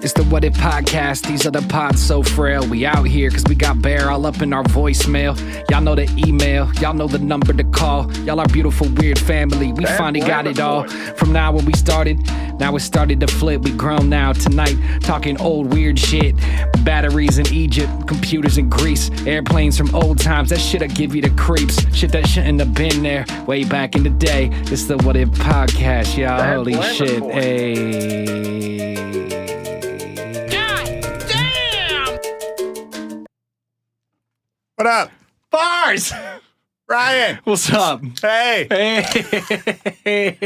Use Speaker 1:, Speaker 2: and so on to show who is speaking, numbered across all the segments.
Speaker 1: It's the What It Podcast. These are the pods so frail. We out here because we got Bear all up in our voicemail. Y'all know the email. Y'all know the number to call. Y'all are beautiful, weird family. We finally got it all. From now when we started, now it started to flip. We grown now tonight, talking old weird shit. Batteries in Egypt, computers in Greece, airplanes from old times. That shit'll give you the creeps. Shit that shouldn't have been there way back in the day. It's the What If podcast, y'all.
Speaker 2: That's
Speaker 1: Holy shit.
Speaker 2: wonderful.
Speaker 1: Hey.
Speaker 3: What up,
Speaker 1: Bars!
Speaker 3: Ryan?
Speaker 1: What's up?
Speaker 3: Hey,
Speaker 1: Hey.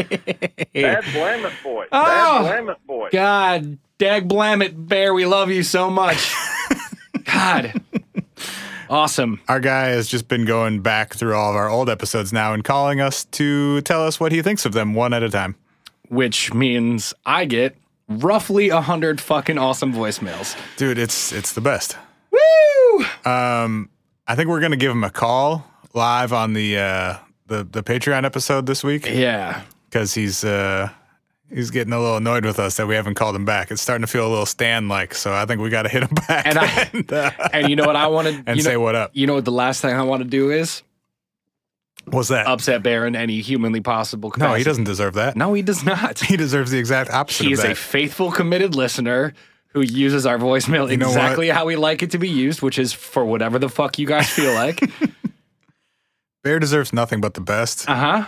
Speaker 2: Bad Blamit Boy.
Speaker 1: Oh.
Speaker 2: Bad Blamit Boy.
Speaker 1: God, dag blamit, Bear, we love you so much. God. Awesome.
Speaker 3: our guy has just been going back through all of our old episodes now and calling us to tell us what he thinks of them one at a time.
Speaker 1: Which means I get roughly 100 fucking awesome voicemails.
Speaker 3: Dude, it's it's the best.
Speaker 1: Woo!
Speaker 3: Um, I think we're gonna give him a call live on the uh, the the Patreon episode this week
Speaker 1: Yeah.
Speaker 3: because he's uh, he's getting a little annoyed with us that we haven't called him back. It's starting to feel a little Stan like, so I think we got to hit him back
Speaker 1: And I-
Speaker 3: uh,
Speaker 1: And you know what I want to
Speaker 3: and
Speaker 1: you know,
Speaker 3: say what up.
Speaker 1: you know what the last thing I want to do is?
Speaker 3: What's that?
Speaker 1: Upset Bear in any humanly possible capacity.
Speaker 3: no, he doesn't deserve that.
Speaker 1: No, he does not.
Speaker 3: He deserves the exact opposite.
Speaker 1: He
Speaker 3: of
Speaker 1: is
Speaker 3: that.
Speaker 1: a faithful, committed listener who uses our voicemail
Speaker 3: know what?
Speaker 1: exactly how we like it to be used, which is for whatever the fuck you guys feel like.
Speaker 3: Bear deserves nothing but the best,
Speaker 1: uh huh.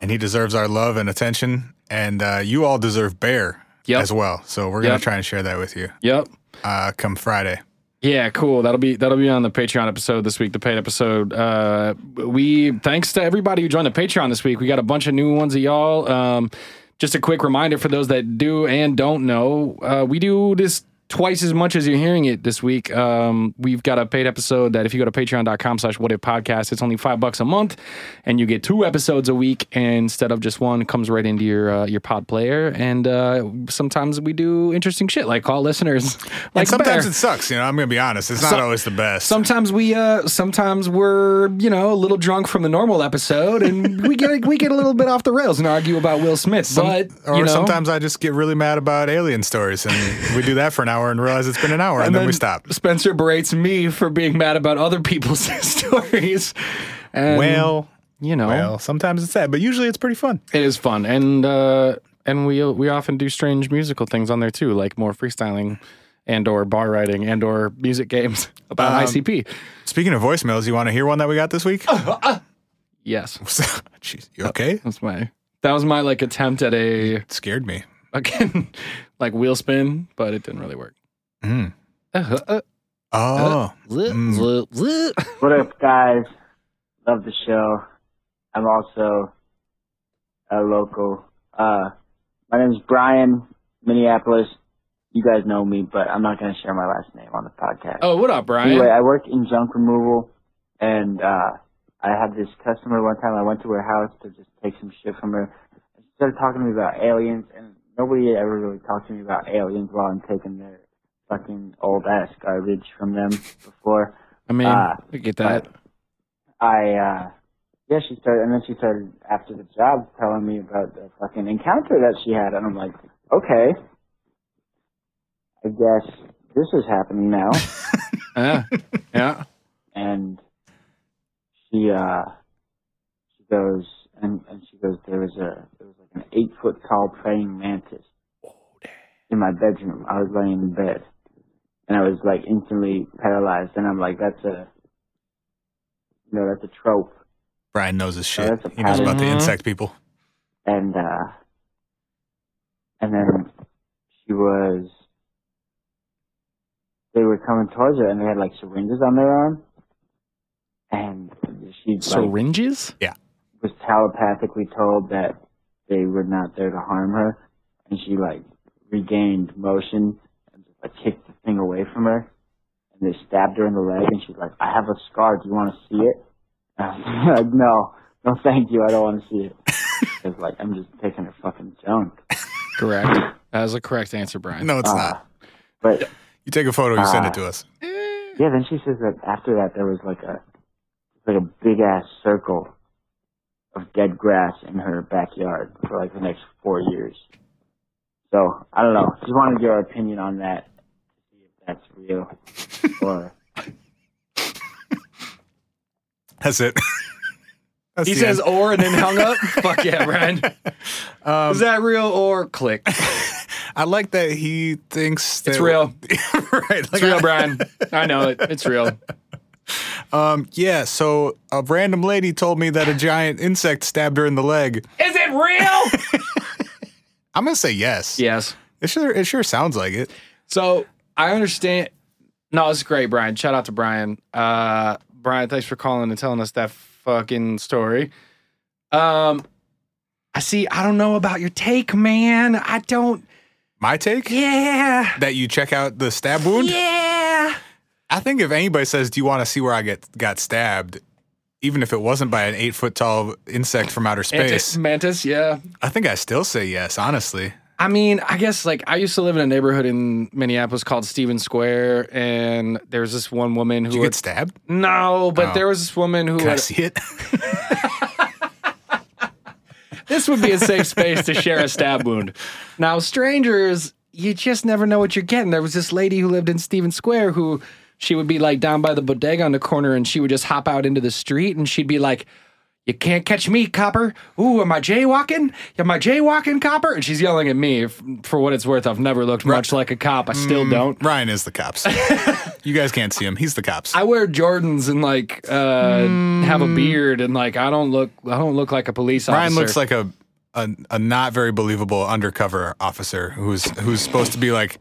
Speaker 3: and he deserves our love and attention. And uh, you all deserve Bear
Speaker 1: Yep.
Speaker 3: as well. So we're gonna
Speaker 1: Yep.
Speaker 3: try and share that with you
Speaker 1: Yep.
Speaker 3: uh, come Friday.
Speaker 1: Yeah, cool. That'll be that'll be on the Patreon episode this week, the paid episode. Uh, we thanks to everybody who joined the Patreon this week. We got a bunch of new ones of y'all. Um, just a quick reminder for those that do and don't know, uh, we do this twice as much as you're hearing it this week. Um, we've got a paid episode that if you go to patreon.com slash what if podcast, it's only five bucks a month and you get two episodes a week instead of just one comes right into your, uh, your pod player. And, uh, sometimes we do interesting shit like call listeners. Like
Speaker 3: and sometimes
Speaker 1: Bear.
Speaker 3: it sucks. You know, I'm gonna be honest. It's not
Speaker 1: Some-
Speaker 3: always the best.
Speaker 1: Sometimes we, uh, sometimes we're, you know, a little drunk from the normal episode, and we get we get a little bit off the rails and argue about Will Smith. but
Speaker 3: or
Speaker 1: you know,
Speaker 3: sometimes I just get really mad about alien stories, and we do that for an hour and realize it's been an hour, and, then, we stop.
Speaker 1: Spencer berates me for being mad about other people's stories. And,
Speaker 3: Well,
Speaker 1: you know,
Speaker 3: well, sometimes it's sad, but usually it's pretty fun.
Speaker 1: it is fun, and uh, and we we often do strange musical things on there too, like more freestyling. And or bar writing and or music games about
Speaker 3: Um,
Speaker 1: ICP.
Speaker 3: Speaking of voicemails, you want to hear one that we got this week?
Speaker 1: Oh. Yes,
Speaker 3: Jeez, you okay?
Speaker 1: that's my that was my like attempt at a
Speaker 3: It scared me.
Speaker 1: again, like wheel spin, but it didn't really work.
Speaker 3: Mm.
Speaker 1: Uh, uh,
Speaker 3: Oh,
Speaker 1: zip,
Speaker 3: Mm.
Speaker 1: zip, zip.
Speaker 4: What up, guys? Love the show. I'm also a local. Uh, my name's Brian, Minneapolis. You guys know me, but I'm not going to share my last name on the podcast.
Speaker 1: Oh, what up, Brian?
Speaker 4: anyway, I work in junk removal, and uh, I had this customer one time. I went to her house to just take some shit from her. She started talking to me about aliens, and nobody had ever really talked to me about aliens while I'm taking their fucking old ass garbage from them before.
Speaker 1: I mean,
Speaker 4: uh,
Speaker 1: I get that.
Speaker 4: I uh yeah, she started and then she started after the job telling me about the fucking encounter that she had and I'm like, Okay. I guess this is happening now
Speaker 1: Uh, yeah.
Speaker 4: and she uh she goes and, and she goes, There was a there was like an eight foot tall praying mantis in my bedroom. I was laying in bed and I was like instantly paralyzed and I'm like, That's a you know, that's a trope.
Speaker 3: Brian knows his
Speaker 4: Oh,
Speaker 3: shit.
Speaker 4: that's a
Speaker 3: he knows about the
Speaker 1: pattern.
Speaker 3: insect people.
Speaker 4: and uh and then she was they were coming towards her and they had like syringes on their arm and she like,
Speaker 1: Syringes?
Speaker 4: was telepathically told that they were not there to harm her and she like regained motion and just like kicked the thing away from her and they stabbed her in the leg and she's like i have a scar do you want to see it and I was like no no thank you i don't want to see it because like i'm just taking her fucking junk
Speaker 1: Correct. That was a correct answer, Brian.
Speaker 3: No, it's
Speaker 4: Uh,
Speaker 1: Ah.
Speaker 3: not.
Speaker 4: But
Speaker 3: You take a photo, you send it
Speaker 4: uh,
Speaker 3: to us.
Speaker 4: yeah, then she says that after that there was like a like a big ass circle of dead grass in her backyard for like the next four years. So I don't know. Just wanted your opinion on that. to See if that's real or
Speaker 3: That's it. That's
Speaker 1: He
Speaker 3: the
Speaker 1: says
Speaker 3: end.
Speaker 1: or and then hung up. Fuck yeah, Brian. Is that real or click?
Speaker 3: I like that he thinks that
Speaker 1: It's real.
Speaker 3: right.
Speaker 1: It's real, Brian. I know it. It's real.
Speaker 3: Um, yeah. So a random lady told me that a giant insect stabbed her in the leg.
Speaker 1: Is it real?
Speaker 3: I'm gonna say yes.
Speaker 1: yes.
Speaker 3: It sure it sure sounds like it.
Speaker 1: So I understand. No, it's great, Brian. Shout out to Brian. Uh, Brian, thanks for calling and telling us that fucking story. Um, I see. I don't know about your take, man. I don't.
Speaker 3: My take
Speaker 1: Yeah.
Speaker 3: that you check out the stab wound.
Speaker 1: Yeah.
Speaker 3: I think if anybody says, "Do you want to see where I get got stabbed?" Even if it wasn't by an eight foot tall insect from outer
Speaker 1: Mantis,
Speaker 3: space,
Speaker 1: mantis. Yeah.
Speaker 3: I think I still say yes. Honestly,
Speaker 1: I mean, I guess like I used to live in a neighborhood in Minneapolis called Stevens Square, and there was this one woman
Speaker 3: did
Speaker 1: who
Speaker 3: you
Speaker 1: had,
Speaker 3: get stabbed?
Speaker 1: no, but
Speaker 3: Oh.
Speaker 1: there was this woman who
Speaker 3: Can I
Speaker 1: had,
Speaker 3: see it?
Speaker 1: this would be a safe space to share a stab wound. Now, strangers, you just never know what you're getting. There was this lady who lived in Stevens Square who she would be like down by the bodega on the corner and she would just hop out into the street and she'd be like, you can't catch me, copper. Ooh, am I jaywalking? Am I jaywalking, copper? And she's yelling at me. F- For what it's worth, I've never looked much like a cop. I still
Speaker 3: Mm.
Speaker 1: don't.
Speaker 3: Ryan is the cops. you guys can't see him. He's the cops.
Speaker 1: I wear Jordans and like uh, have a beard and like I don't look I don't look like a police officer.
Speaker 3: Mm. Ryan looks like a, a a not very believable undercover officer who's who's supposed to be like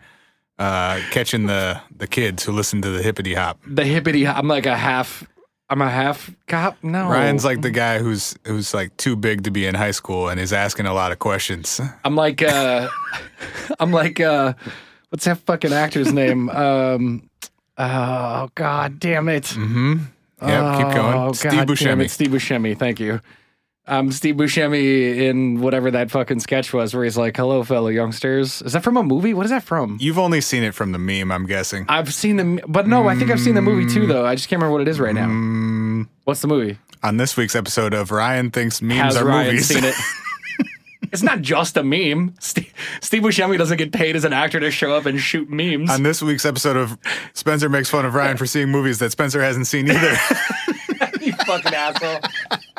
Speaker 3: uh, catching the the kids who listen to the hippity hop.
Speaker 1: the hippity. I'm like a half. I'm a half cop. No,
Speaker 3: Ryan's like the guy who's who's like too big to be in high school and is asking a lot of questions.
Speaker 1: I'm like uh, I'm like uh, what's that fucking actor's name? Um, oh god damn it!
Speaker 3: Mm-hmm. Yep, keep going.
Speaker 1: Oh,
Speaker 3: Steve
Speaker 1: God damn it,
Speaker 3: Buscemi.
Speaker 1: Steve Buscemi. Thank you. Um, Steve Buscemi in whatever that fucking sketch was, where he's like, "Hello, fellow youngsters." Is that from a movie? What is that from?
Speaker 3: You've only seen it from the meme, I'm guessing.
Speaker 1: I've seen the, but no, I think I've seen the movie too, though. I just can't remember what it is right now.
Speaker 3: Mm,
Speaker 1: What's the movie?
Speaker 3: on this week's episode of Ryan thinks memes
Speaker 1: Has
Speaker 3: are
Speaker 1: Ryan
Speaker 3: movies.
Speaker 1: seen it? it's not just a meme. Steve, Steve Buscemi doesn't get paid as an actor to show up and shoot memes.
Speaker 3: on this week's episode of Spencer makes fun of Ryan for seeing movies that Spencer hasn't seen either.
Speaker 1: you fucking asshole.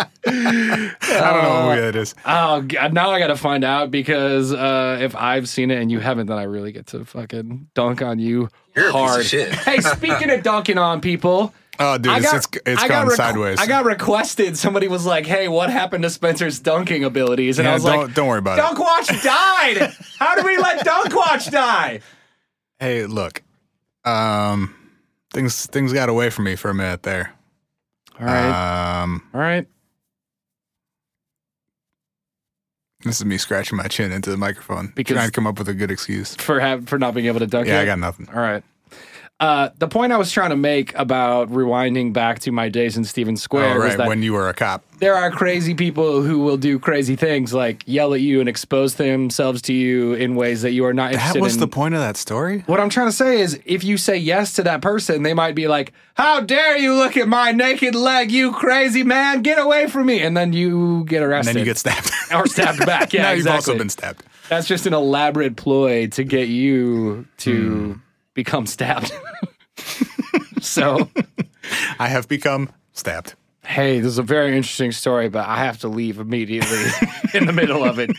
Speaker 3: I don't know what movie that is.
Speaker 1: Oh, God, now I got to find out because uh, if I've seen it and you haven't, then I really get to fucking dunk on you
Speaker 2: You're a piece of
Speaker 1: hard.
Speaker 2: shit.
Speaker 1: hey, speaking of dunking on people.
Speaker 3: Oh, dude,
Speaker 1: I
Speaker 3: it's
Speaker 1: got-
Speaker 3: it's, it's
Speaker 1: I got
Speaker 3: gone
Speaker 1: requ-
Speaker 3: sideways.
Speaker 1: I got requested. Somebody was like, "Hey, what happened to Spencer's dunking abilities?" And
Speaker 3: Yeah,
Speaker 1: I was
Speaker 3: don't,
Speaker 1: like,
Speaker 3: don't worry about it.
Speaker 1: "Dunkwatch died. How do we let Dunkwatch die?"
Speaker 3: Hey, look, um, things things got away from me for a minute there.
Speaker 1: All right,
Speaker 3: Um,
Speaker 1: all right.
Speaker 3: this is me scratching my chin into the microphone,
Speaker 1: Because-
Speaker 3: trying to come up with a good excuse.
Speaker 1: for have, for not being able to dunk.
Speaker 3: Yeah,
Speaker 1: yet?
Speaker 3: I got nothing.
Speaker 1: All right. Uh, the point I was trying to make about rewinding back to my days in Stevens Square
Speaker 3: oh,
Speaker 1: was
Speaker 3: right,
Speaker 1: that
Speaker 3: when you were a cop,
Speaker 1: there are crazy people who will do crazy things, like yell at you and expose themselves to you in ways that you are not
Speaker 3: that
Speaker 1: interested
Speaker 3: was
Speaker 1: in.
Speaker 3: the point of that story.
Speaker 1: what I'm trying to say is, if you say yes to that person, they might be like, "How dare you look at my naked leg, you crazy man! Get away from me!" And then you get
Speaker 3: And
Speaker 1: arrested,
Speaker 3: then you get stabbed.
Speaker 1: or stabbed back. Yeah,
Speaker 3: now
Speaker 1: exactly.
Speaker 3: you've also been stabbed.
Speaker 1: That's just an elaborate ploy to get you
Speaker 3: Hmm.
Speaker 1: to become stabbed. so,
Speaker 3: I have become stabbed.
Speaker 1: hey, this is a very interesting story, but I have to leave immediately in the middle of it.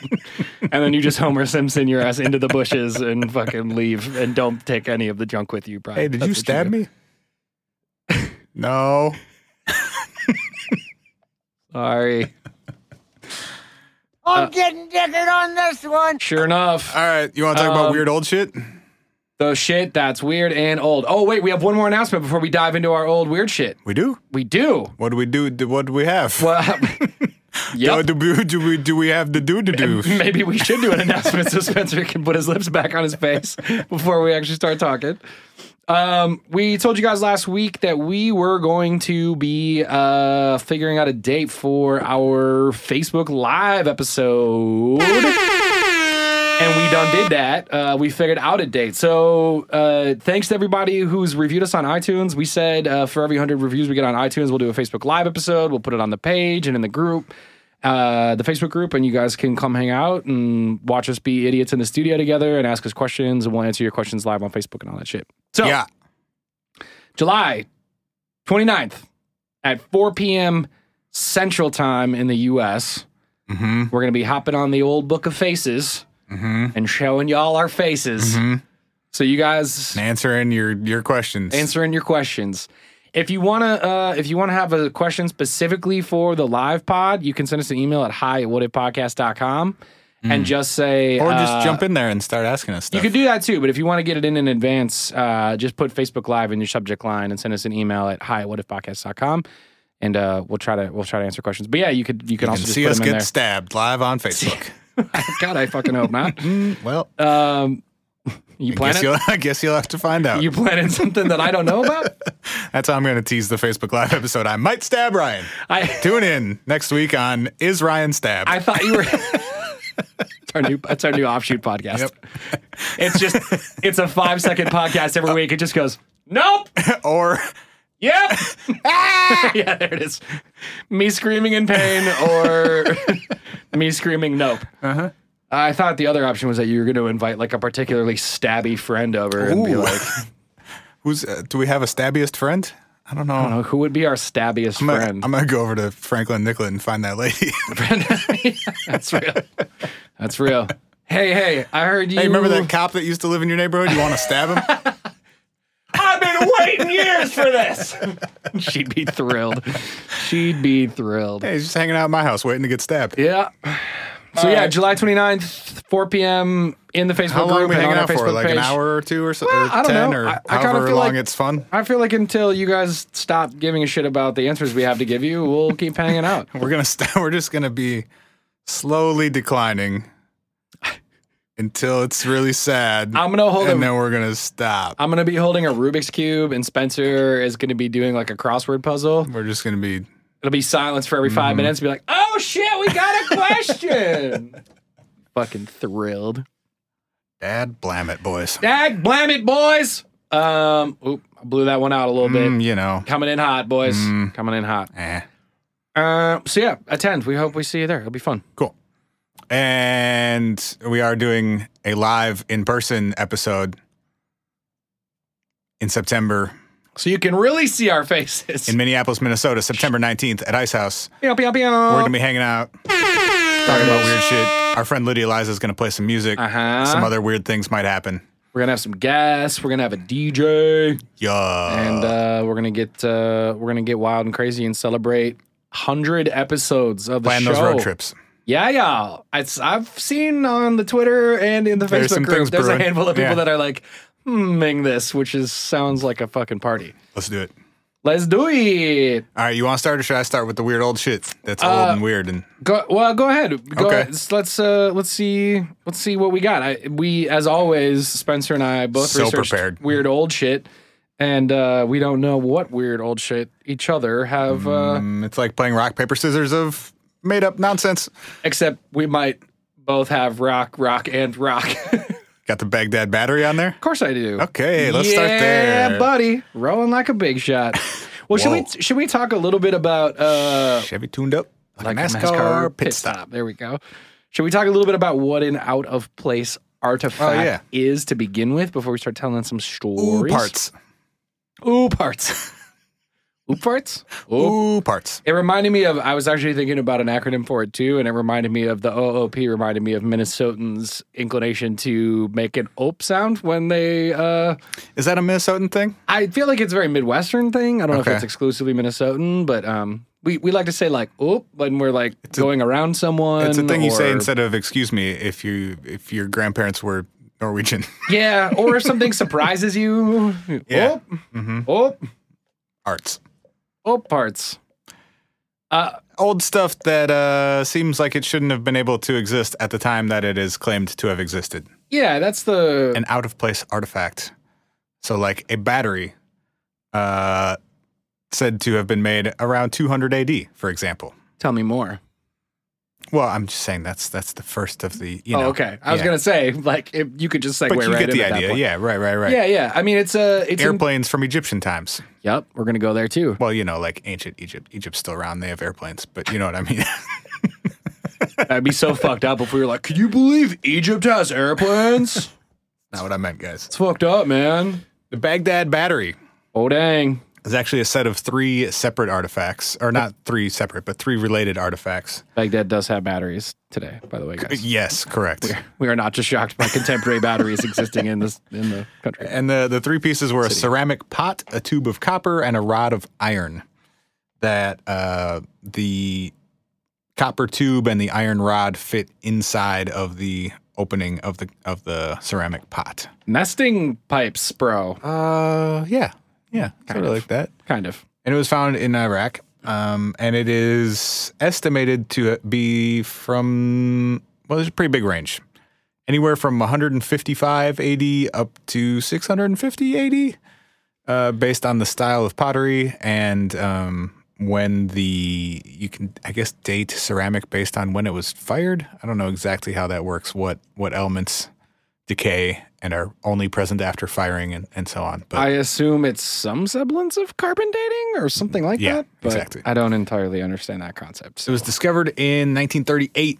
Speaker 1: and then you just Homer Simpson your ass into the bushes and fucking leave and don't take any of the junk with you, Brian.
Speaker 3: Hey, did
Speaker 1: That's
Speaker 3: you
Speaker 1: what
Speaker 3: stab
Speaker 1: do.
Speaker 3: me? no.
Speaker 1: Sorry. Uh,
Speaker 5: I'm getting dickered on this one.
Speaker 1: Sure enough,
Speaker 3: All right, you want to talk about
Speaker 1: Um,
Speaker 3: weird old shit?
Speaker 1: the shit that's weird and old. Oh, wait, we have one more announcement before we dive into our old weird shit.
Speaker 3: We do.
Speaker 1: We do.
Speaker 3: What do we do? do- What do we have?
Speaker 1: Well, yep.
Speaker 3: Do, do, do we do we have the do to do?
Speaker 1: Maybe we should do an announcement so Spencer can put his lips back on his face before we actually start talking. Um, we told you guys last week that we were going to be uh, figuring out a date for our Facebook Live episode. And we done did that. Uh, we figured out a date. So uh, thanks to everybody who's reviewed us on iTunes. We said uh, for every 100 reviews we get on iTunes, we'll do a Facebook Live episode. We'll put it on the page and in the group. uh, the Facebook group, and you guys can come hang out and watch us be idiots in the studio together and ask us questions, and we'll answer your questions live on Facebook and all that shit. So,
Speaker 3: yeah.
Speaker 1: July 29th at 4 p.m. Central Time in the U.S.
Speaker 3: Mm-hmm.
Speaker 1: We're going to be hopping on the old book of faces
Speaker 3: Mm-hmm.
Speaker 1: and showing y'all our faces.
Speaker 3: Mm-hmm.
Speaker 1: So, you guys
Speaker 3: And answering your your questions.
Speaker 1: answering your questions. If you wanna, uh, if you wanna have a question specifically for the live pod, you can send us an email at hi at whatitpodcast.com and just say,
Speaker 3: Mm. or just
Speaker 1: uh,
Speaker 3: jump in there and start asking us
Speaker 1: You
Speaker 3: stuff.
Speaker 1: could do that too, but if you want to get it in in advance, uh, just put Facebook Live in your subject line and send us an email at hi at whatifpodcast.com and uh, we'll try to we'll try to answer questions. But yeah, you could you can
Speaker 3: You
Speaker 1: also
Speaker 3: can
Speaker 1: just
Speaker 3: see
Speaker 1: put
Speaker 3: us
Speaker 1: them in
Speaker 3: get stabbed live on Facebook.
Speaker 1: there. God, I fucking hope not.
Speaker 3: Mm, well,
Speaker 1: Um, you
Speaker 3: I guess,
Speaker 1: planning
Speaker 3: you'll, I guess you'll have to find out.
Speaker 1: you planning something that I don't know about?
Speaker 3: That's how I'm going to tease the Facebook Live episode. I might stab Ryan.
Speaker 1: I
Speaker 3: Tune in next week on Is Ryan Stabbed?
Speaker 1: Uh, I thought you were. it's our new it's our new offshoot podcast.
Speaker 3: Yep.
Speaker 1: It's just it's a five second podcast every week. It just goes nope.
Speaker 3: or
Speaker 1: Yep. Ah! yeah, there it is. Me screaming in pain or me screaming nope. Uh-huh. I thought the other option was that you were going to invite like a particularly stabby friend over and be
Speaker 3: Ooh.
Speaker 1: like,
Speaker 3: who's uh, do we have a stabbiest friend? I don't know. I
Speaker 1: oh, who would be our stabbiest
Speaker 3: am
Speaker 1: friend?
Speaker 3: gonna, I'm gonna go over to Franklin Nicollet and find that lady.
Speaker 1: That's real. That's real. Hey, hey, I heard you.
Speaker 3: hey, remember that cop that used to live in your neighborhood? You want to stab him?
Speaker 1: I've been waiting years for this. She'd be thrilled. She'd be thrilled.
Speaker 3: hey, he's just hanging out at my house waiting to get stabbed.
Speaker 1: Yeah. So yeah, July 29th, 4 p.m. in the Facebook
Speaker 3: How long
Speaker 1: group
Speaker 3: are we
Speaker 1: and
Speaker 3: hanging
Speaker 1: on our
Speaker 3: out
Speaker 1: Facebook
Speaker 3: for? Like
Speaker 1: page.
Speaker 3: an hour or two or, so,
Speaker 1: Well,
Speaker 3: or
Speaker 1: I don't
Speaker 3: 10
Speaker 1: know.
Speaker 3: or
Speaker 1: I- I kinda
Speaker 3: however
Speaker 1: feel
Speaker 3: long
Speaker 1: like-
Speaker 3: it's fun?
Speaker 1: I feel like until you guys stop giving a shit about the answers we have to give you, we'll keep hanging out.
Speaker 3: We're gonna st- we're just gonna be slowly declining until it's really sad.
Speaker 1: I'm gonna hold
Speaker 3: and
Speaker 1: a-
Speaker 3: then we're gonna stop.
Speaker 1: I'm gonna be holding a Rubik's cube, and Spencer is gonna be doing like a crossword puzzle.
Speaker 3: we're just gonna be
Speaker 1: It'll be silence for every
Speaker 3: Mm-hmm.
Speaker 1: 5 minutes. Be like, oh shit, we got a question. Fucking thrilled.
Speaker 3: dad blam it, boys.
Speaker 1: Dag, blam it, boys. Um, oop, I blew that one out a little
Speaker 3: Mm,
Speaker 1: bit.
Speaker 3: you know,
Speaker 1: Coming in hot, boys.
Speaker 3: Mm.
Speaker 1: Coming in hot.
Speaker 3: eh.
Speaker 1: Uh, so yeah, attend. We hope we see you there. It'll be fun.
Speaker 3: Cool. And we are doing a live in person episode in September
Speaker 1: So you can really see our faces.
Speaker 3: in Minneapolis, Minnesota, September 19th at Ice House.
Speaker 1: Pew, pew, pew.
Speaker 3: We're going to be hanging out, talking about weird shit. Our friend Lydia Eliza is going to play some music.
Speaker 1: Uh-huh.
Speaker 3: Some other weird things might happen.
Speaker 1: We're gonna have some guests. We're gonna have a DJ,
Speaker 3: Yeah.
Speaker 1: and uh, we're gonna get uh, we're gonna get wild and crazy and celebrate hundred episodes of the
Speaker 3: plan
Speaker 1: show.
Speaker 3: those road trips.
Speaker 1: Yeah, yeah. It's, I've seen on the Twitter and in the
Speaker 3: There's
Speaker 1: Facebook
Speaker 3: some
Speaker 1: group.
Speaker 3: things
Speaker 1: There's
Speaker 3: brewing.
Speaker 1: a handful of people
Speaker 3: Yeah.
Speaker 1: that are like, mmming this, which is sounds like a fucking party.
Speaker 3: Let's do it.
Speaker 1: Let's do it.
Speaker 3: All right, you want to start or should I start with the weird old shit that's
Speaker 1: Uh,
Speaker 3: old and weird and
Speaker 1: Go, well, go ahead. Go
Speaker 3: Okay.
Speaker 1: ahead. S- Let's uh, let's see let's see what we got. I, we, as always, Spencer and I both
Speaker 3: So
Speaker 1: researched
Speaker 3: prepared.
Speaker 1: weird old shit, and uh, we don't know what weird old shit each other have. Uh,
Speaker 3: Mm, it's like playing rock paper scissors of made up nonsense.
Speaker 1: Except we might both have rock, rock, and rock. of
Speaker 3: Got the Baghdad battery on there.
Speaker 1: course, I do.
Speaker 3: Okay, let's start
Speaker 1: Yeah,
Speaker 3: there.
Speaker 1: buddy, rolling like a big shot. Well, should
Speaker 3: Whoa.
Speaker 1: we should we talk a little bit about uh,
Speaker 3: Chevy tuned up like, a
Speaker 1: a
Speaker 3: NASCAR, pit stop.
Speaker 1: There we go. Should we talk a little bit about what an out of place artifact
Speaker 3: Oh, yeah.
Speaker 1: is to begin with before we start telling some
Speaker 3: Ooh,
Speaker 1: stories?
Speaker 3: parts.
Speaker 1: Ooh parts. Ooh parts. Ooh.
Speaker 3: Ooh, parts.
Speaker 1: It reminded me of. I was actually thinking about an acronym for it too, and it reminded me of the OOP. Reminded me of Minnesotans' inclination to make an "ope" sound when they uh,
Speaker 3: Is that a Minnesotan thing?
Speaker 1: I feel like it's a very Midwestern thing. I don't know
Speaker 3: Okay.
Speaker 1: if it's exclusively Minnesotan, but um, we, we like to say like "oop" when we're like going around someone.
Speaker 3: It's a thing you say
Speaker 1: or-
Speaker 3: instead of "excuse me" if you if your grandparents were Norwegian.
Speaker 1: Yeah, or if something surprises you. Oh,
Speaker 3: Yeah. Mm-hmm.
Speaker 1: Oop, oop,
Speaker 3: Arts,
Speaker 1: oop oh, parts.
Speaker 3: old stuff that uh, seems like it shouldn't have been able to exist at the time that it is claimed to have existed.
Speaker 1: Yeah, that's the
Speaker 3: An out of place artifact. So, like a battery, uh, said to have been made around 200 AD, for example.
Speaker 1: tell me more.
Speaker 3: Well, I'm just saying that's that's the first of the you know.
Speaker 1: oh, okay. I was
Speaker 3: yeah.
Speaker 1: gonna say, like if you could just segue
Speaker 3: But you
Speaker 1: right
Speaker 3: get
Speaker 1: in
Speaker 3: the
Speaker 1: at that
Speaker 3: idea.
Speaker 1: point.
Speaker 3: Yeah, right, right, right.
Speaker 1: Yeah, yeah. I mean it's a it's in-
Speaker 3: Airplanes from Egyptian times.
Speaker 1: Yep, we're gonna go there too.
Speaker 3: Well, you know, like ancient Egypt. Egypt's still around. They have airplanes, but you know what I mean.
Speaker 1: That'd be so fucked up if we were like, "Can you believe Egypt has airplanes?"
Speaker 3: Not what I meant, guys.
Speaker 1: It's fucked up, man.
Speaker 3: The Baghdad Battery
Speaker 1: Oh dang.
Speaker 3: is actually a set of three separate artifacts, or not three separate, but three related artifacts.
Speaker 1: Baghdad does have batteries today, by the way, guys.
Speaker 3: Yes, correct.
Speaker 1: We are not just shocked by contemporary batteries existing in this in the country.
Speaker 3: And the, the three pieces were a ceramic pot, a tube of copper, and a rod of iron. That uh, the copper tube and the iron rod fit inside of the opening of the of the ceramic pot.
Speaker 1: Nesting pipes, bro.
Speaker 3: Uh, yeah, yeah, kind of
Speaker 1: of.
Speaker 3: like that.
Speaker 1: Kind of.
Speaker 3: And it was found in Iraq. Um, and it is estimated to be from well, there's a pretty big range, anywhere from 155 AD up to 650 AD, uh, based on the style of pottery and um, when the you can I guess date ceramic based on when it was fired. I don't know exactly how that works. What what elements decay and are only present after firing and, and so on. But
Speaker 1: I assume it's some semblance of carbon dating or something like
Speaker 3: Yeah,
Speaker 1: that. But
Speaker 3: exactly.
Speaker 1: I don't entirely understand that concept.
Speaker 3: It was discovered in 1938,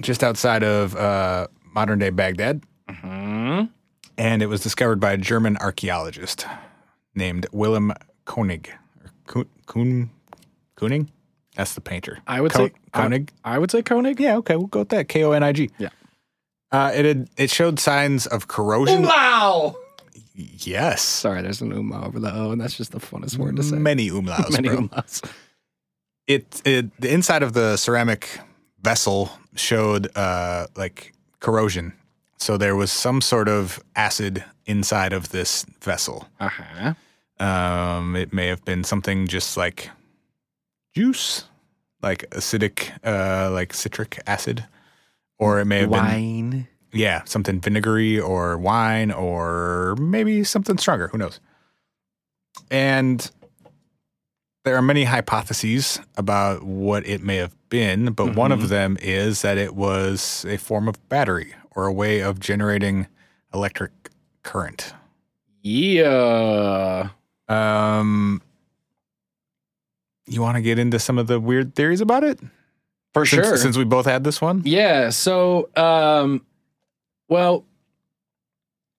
Speaker 3: just outside of uh, modern day Baghdad. Hmm?
Speaker 1: Mhm.
Speaker 3: And it was discovered by a German archaeologist named Willem Koenig. Or Kuhn, Kuhn, Koenig? That's the painter.
Speaker 1: I would
Speaker 3: Ko-
Speaker 1: say
Speaker 3: Koenig.
Speaker 1: I, I would say Koenig.
Speaker 3: yeah, okay, we'll go with that. K O N I G.
Speaker 1: Yeah.
Speaker 3: Uh, it had, it showed signs of corrosion.
Speaker 1: Wow.
Speaker 3: Yes.
Speaker 1: Sorry, there's an umlaut over the O, and that's just the funnest word to say.
Speaker 3: Many umlauts.
Speaker 1: Many
Speaker 3: bro.
Speaker 1: umlauts.
Speaker 3: it, it the inside of the ceramic vessel showed uh, like corrosion. So there was some sort of acid inside of this vessel.
Speaker 1: Uh huh.
Speaker 3: Um, it may have been something just like juice, like acidic, uh, like citric acid, or it may have been
Speaker 1: Wine.
Speaker 3: yeah something vinegary or wine or maybe something stronger. Who knows? And there are many hypotheses about what it may have been, but one
Speaker 1: Mm-hmm.
Speaker 3: of them is that it was a form of battery or a way of generating electric current.
Speaker 1: Yeah.
Speaker 3: Um, you want to get into some of the weird theories about it?
Speaker 1: For
Speaker 3: Since-
Speaker 1: sure.
Speaker 3: Since we both had this one,
Speaker 1: Yeah. So, um, well,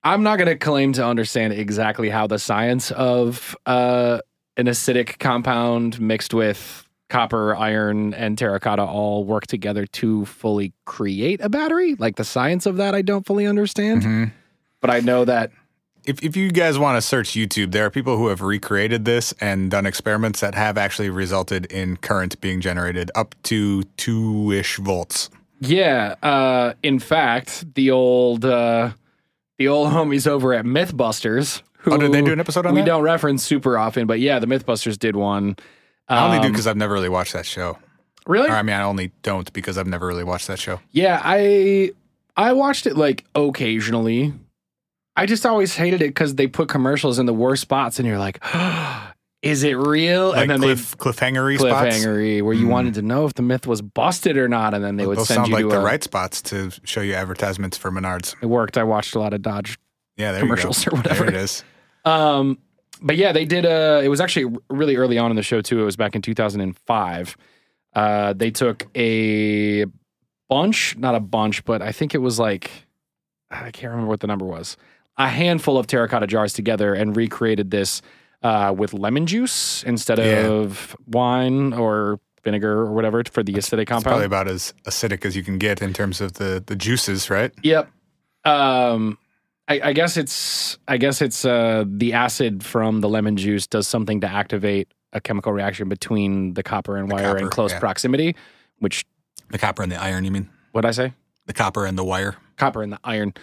Speaker 1: I'm not going to claim to understand exactly how the science of uh, an acidic compound mixed with copper, iron, and terracotta all work together to fully create a battery. Like the science of that, I don't fully understand.
Speaker 3: Mhm.
Speaker 1: But I know that
Speaker 3: if if you guys want to search YouTube, there are people who have recreated this and done experiments that have actually resulted in current being generated up to two ish volts.
Speaker 1: Yeah. Uh, in fact, the old uh, the old homies over at MythBusters. Who
Speaker 3: Oh, did they do an episode on
Speaker 1: we
Speaker 3: that?
Speaker 1: don't reference super often, but yeah, the MythBusters did one.
Speaker 3: I only do
Speaker 1: Um,
Speaker 3: because I've never really watched that show.
Speaker 1: really?
Speaker 3: Or I mean, I only don't because I've never really watched that show.
Speaker 1: Yeah, I I watched it like occasionally. I just always hated it because they put commercials in the worst spots, and you're like, "Is it real?"
Speaker 3: Like
Speaker 1: and then
Speaker 3: cliff, cliffhangery
Speaker 1: they
Speaker 3: spots.
Speaker 1: cliffhangery where you
Speaker 3: Mm.
Speaker 1: wanted to know if the myth was busted or not, and then they would
Speaker 3: Those
Speaker 1: send
Speaker 3: sound
Speaker 1: you
Speaker 3: like
Speaker 1: to
Speaker 3: the
Speaker 1: a,
Speaker 3: right spots to show you advertisements for Menards.
Speaker 1: It worked. I watched a lot of Dodge
Speaker 3: Yeah, there
Speaker 1: commercials
Speaker 3: you
Speaker 1: or
Speaker 3: go.
Speaker 1: whatever.
Speaker 3: There it is.
Speaker 1: Um, but yeah, they did. Uh, it was actually really early on in the show too. It was back in 2005. Uh, they took a bunch, not a bunch, but I think it was like I can't remember what the number was. A handful of terracotta jars together and recreated this uh, with lemon juice instead
Speaker 3: Yeah.
Speaker 1: of wine or vinegar or whatever for the acidic
Speaker 3: It's probably
Speaker 1: compound.
Speaker 3: about as acidic as you can get in terms of the, the juices, right?
Speaker 1: Yep. Um, I, I guess it's I guess it's uh, the acid from the lemon juice does something to activate a chemical reaction between the copper and
Speaker 3: The
Speaker 1: wire in
Speaker 3: copper,
Speaker 1: close
Speaker 3: yeah.
Speaker 1: proximity. Which
Speaker 3: The copper and the iron, you mean?
Speaker 1: what I say?
Speaker 3: The copper and the wire.
Speaker 1: Copper and the iron.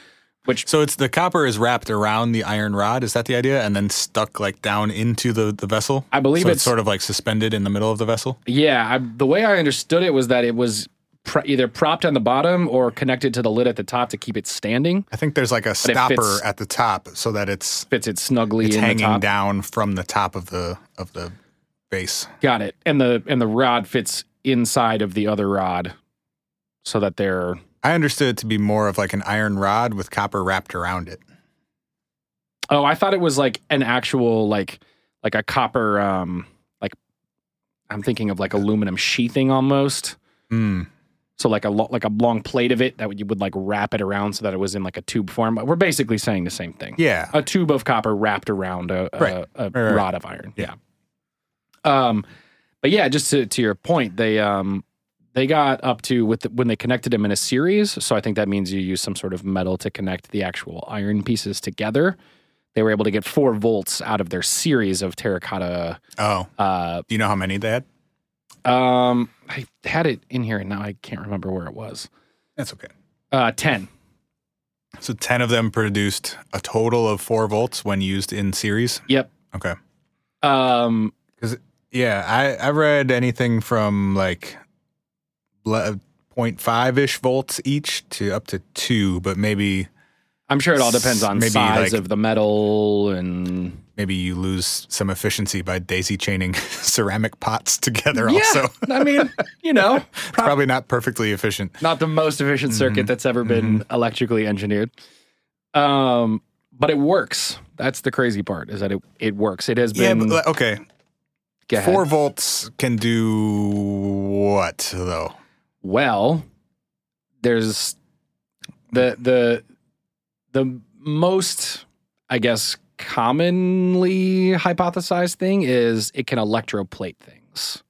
Speaker 3: So it's the copper is wrapped around the iron rod. Is that the idea? And then stuck like down into the, the vessel.
Speaker 1: I believe
Speaker 3: so it's,
Speaker 1: it's-
Speaker 3: sort of like suspended in the middle of the vessel.
Speaker 1: Yeah, I, the way I understood it was that it was pr- either propped on the bottom or connected to the lid at the top to keep it standing.
Speaker 3: I think there's like a stopper
Speaker 1: fits-
Speaker 3: at the top so that it's
Speaker 1: Fits it snugly
Speaker 3: it's
Speaker 1: in the
Speaker 3: hanging
Speaker 1: top.
Speaker 3: down from the top of the of the base.
Speaker 1: Got it. And the and the rod fits inside of the other rod, so that they're
Speaker 3: I understood it to be more of like an iron rod with copper wrapped around it.
Speaker 1: Oh, I thought it was like an actual like like a copper um like I'm thinking of like aluminum sheathing almost.
Speaker 3: Hmm.
Speaker 1: So like a lo- like a long plate of it that would- you would like wrap it around so that it was in like a tube form. We're basically saying the same thing.
Speaker 3: Yeah.
Speaker 1: A tube of copper wrapped around a, a,
Speaker 3: Right.
Speaker 1: a
Speaker 3: right, right.
Speaker 1: rod of iron. Yeah. Um, but yeah, just to, to your point, they um they got up to with the, when they connected them in a series. So I think that means you use some sort of metal to connect the actual iron pieces together. They were able to get four volts out of their series of terracotta.
Speaker 3: Oh,
Speaker 1: Uh,
Speaker 3: do you know how many they had?
Speaker 1: um, I had it in here and now I can't remember where it was.
Speaker 3: That's okay.
Speaker 1: Uh, ten.
Speaker 3: So 10 of them produced a total of four volts when used in series.
Speaker 1: Yep.
Speaker 3: Okay.
Speaker 1: Um,
Speaker 3: Yeah, I, I read anything from like le- 0.5 ish volts each to up to two, but maybe
Speaker 1: I'm sure it all depends on
Speaker 3: Maybe,
Speaker 1: size
Speaker 3: like-
Speaker 1: of the metal and
Speaker 3: maybe you lose some efficiency by daisy chaining ceramic pots together. Also,
Speaker 1: I mean, you know, prob-
Speaker 3: probably not perfectly efficient.
Speaker 1: not the most efficient circuit that's ever been electrically engineered. Um, but it works. That's the crazy part is that it, it works. It has
Speaker 3: Yeah,
Speaker 1: been
Speaker 3: but like, okay.
Speaker 1: Go ahead.
Speaker 3: Four volts can do what though?
Speaker 1: well. There's the the the most I guess commonly hypothesized thing is it can electroplate things.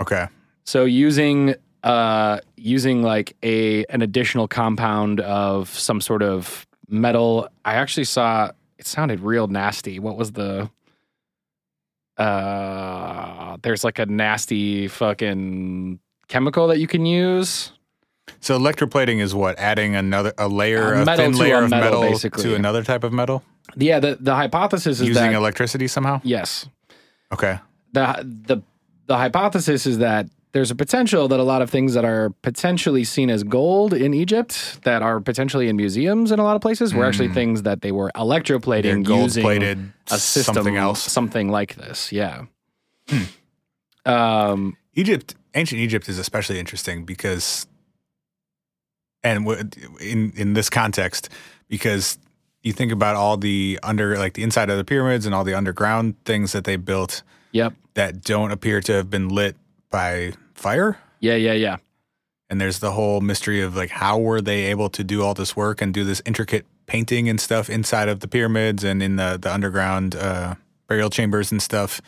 Speaker 3: Okay,
Speaker 1: So using uh using like a an additional compound of some sort of metal. I actually saw it sounded real nasty. What was the uh there's like a nasty fucking chemical that you can use.
Speaker 3: so electroplating is what adding another a layer,
Speaker 1: A
Speaker 3: a,
Speaker 1: Uh, metal
Speaker 3: thin
Speaker 1: to
Speaker 3: layer
Speaker 1: a
Speaker 3: of
Speaker 1: metal,
Speaker 3: metal
Speaker 1: basically.
Speaker 3: to another type of metal
Speaker 1: Yeah, the the hypothesis is
Speaker 3: using
Speaker 1: that
Speaker 3: electricity somehow.
Speaker 1: yes.
Speaker 3: Okay,
Speaker 1: the the the hypothesis is that there's a potential that a lot of things that are potentially seen as gold in Egypt that are potentially in museums in a lot of places were actually things that they were
Speaker 3: Hmm. They're
Speaker 1: electroplating
Speaker 3: gold
Speaker 1: using
Speaker 3: plated
Speaker 1: a system
Speaker 3: something else. Hmm.
Speaker 1: something like this. Yeah. Um.
Speaker 3: Egypt, ancient Egypt is especially interesting because, and w- in in this context, because you think about all the under like the inside of the pyramids and all the underground things that they built
Speaker 1: Yep.
Speaker 3: that don't appear to have been lit by fire.
Speaker 1: Yeah. Yeah. Yeah.
Speaker 3: And there's the whole mystery of like how were they able to do all this work and do this intricate painting and stuff inside of the pyramids and in the the underground uh, burial chambers and stuff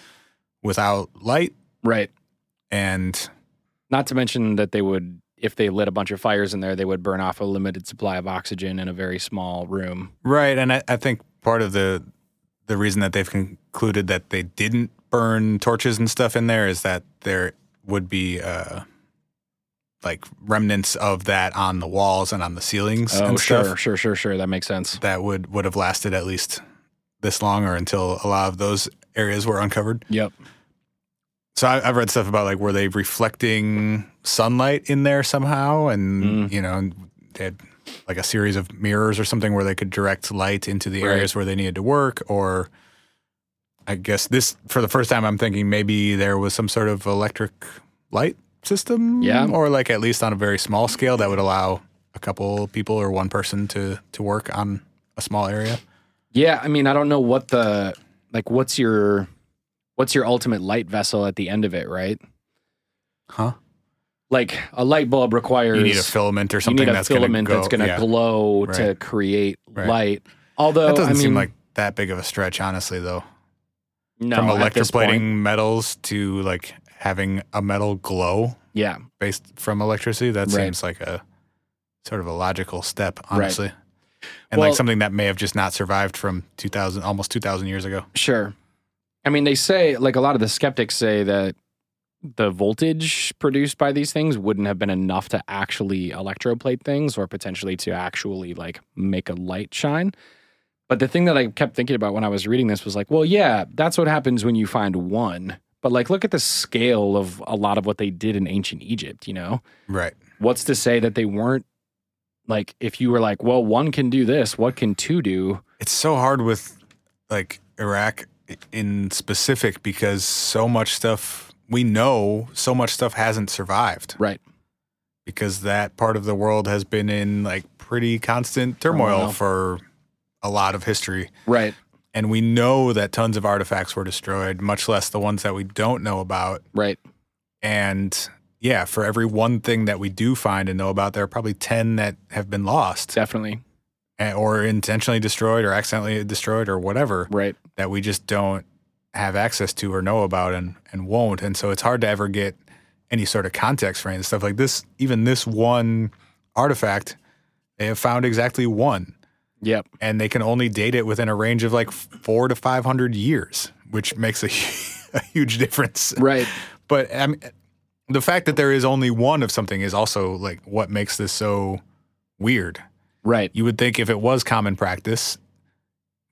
Speaker 3: without light
Speaker 1: Right.
Speaker 3: and
Speaker 1: Not to mention that they would, if they lit a bunch of fires in there, they would burn off a limited supply of oxygen in a very small room.
Speaker 3: Right, and I, I think part of the the reason that they've concluded that they didn't burn torches and stuff in there is that there would be uh, like remnants of that on the walls and on the ceilings
Speaker 1: Oh,
Speaker 3: and stuff
Speaker 1: sure, sure, sure, sure. That makes sense.
Speaker 3: that would would have lasted at least this long or until a lot of those areas were uncovered.
Speaker 1: Yep.
Speaker 3: So I, I've read stuff about like were they reflecting sunlight in there somehow, and
Speaker 1: Mm.
Speaker 3: you know they had like a series of mirrors or something where they could direct light into the
Speaker 1: Right.
Speaker 3: areas where they needed to work, or I guess this for the first time I'm thinking maybe there was some sort of electric light system,
Speaker 1: Yeah.
Speaker 3: or like at least on a very small scale that would allow a couple people or one person to to work on a small area.
Speaker 1: Yeah, I mean, I don't know what the like what's your what's your ultimate light vessel at the end of it, right?
Speaker 3: Huh?
Speaker 1: Like a light bulb requires
Speaker 3: You need a filament or
Speaker 1: you
Speaker 3: something
Speaker 1: need a
Speaker 3: that's
Speaker 1: filament
Speaker 3: gonna go,
Speaker 1: that's going to
Speaker 3: yeah.
Speaker 1: glow to
Speaker 3: Right.
Speaker 1: create
Speaker 3: Right.
Speaker 1: light. Although
Speaker 3: That doesn't
Speaker 1: I mean,
Speaker 3: seem like that big of a stretch, honestly, though.
Speaker 1: no,
Speaker 3: From
Speaker 1: at this point,
Speaker 3: electroplating metals to like having a metal glow
Speaker 1: yeah,
Speaker 3: based from electricity, that
Speaker 1: Right.
Speaker 3: seems like a sort of a logical step, honestly. And
Speaker 1: Well-
Speaker 3: like something that may have just not survived from 2000, almost 2000 years ago.
Speaker 1: sure. I mean, they say like a lot of the skeptics say that the voltage produced by these things wouldn't have been enough to actually electroplate things or potentially to actually like make a light shine. But the thing that I kept thinking about when I was reading this was like, well, yeah, that's what happens when you find one. But like, look at the scale of a lot of what they did in ancient Egypt, you know?
Speaker 3: Right.
Speaker 1: What's to say that they weren't like, if you were like, well, one can do this, what can two do?
Speaker 3: It's so hard with like Iraq in specific because so much stuff we know, so much stuff hasn't survived.
Speaker 1: Right.
Speaker 3: because that part of the world has been in like pretty constant turmoil
Speaker 1: Turmoil.
Speaker 3: for a lot of history.
Speaker 1: Right.
Speaker 3: And we know that tons of artifacts were destroyed, much less the ones that we don't know about.
Speaker 1: Right.
Speaker 3: And yeah, for every one thing that we do find and know about, there are probably 10 that have been lost
Speaker 1: Definitely.
Speaker 3: eh, or intentionally destroyed or accidentally destroyed or whatever
Speaker 1: Right.
Speaker 3: that we just don't have access to or know about and, and won't. And so it's hard to ever get any sort of context for any of the stuff like this. Even this one artifact, they have found exactly one,
Speaker 1: Yep.
Speaker 3: and they can only date it within a range of like four to 500 years, which makes a, hu- a huge difference.
Speaker 1: Right.
Speaker 3: But I mean, the fact that there is only one of something is also like what makes this so weird
Speaker 1: Right.
Speaker 3: you would think if it was common practice,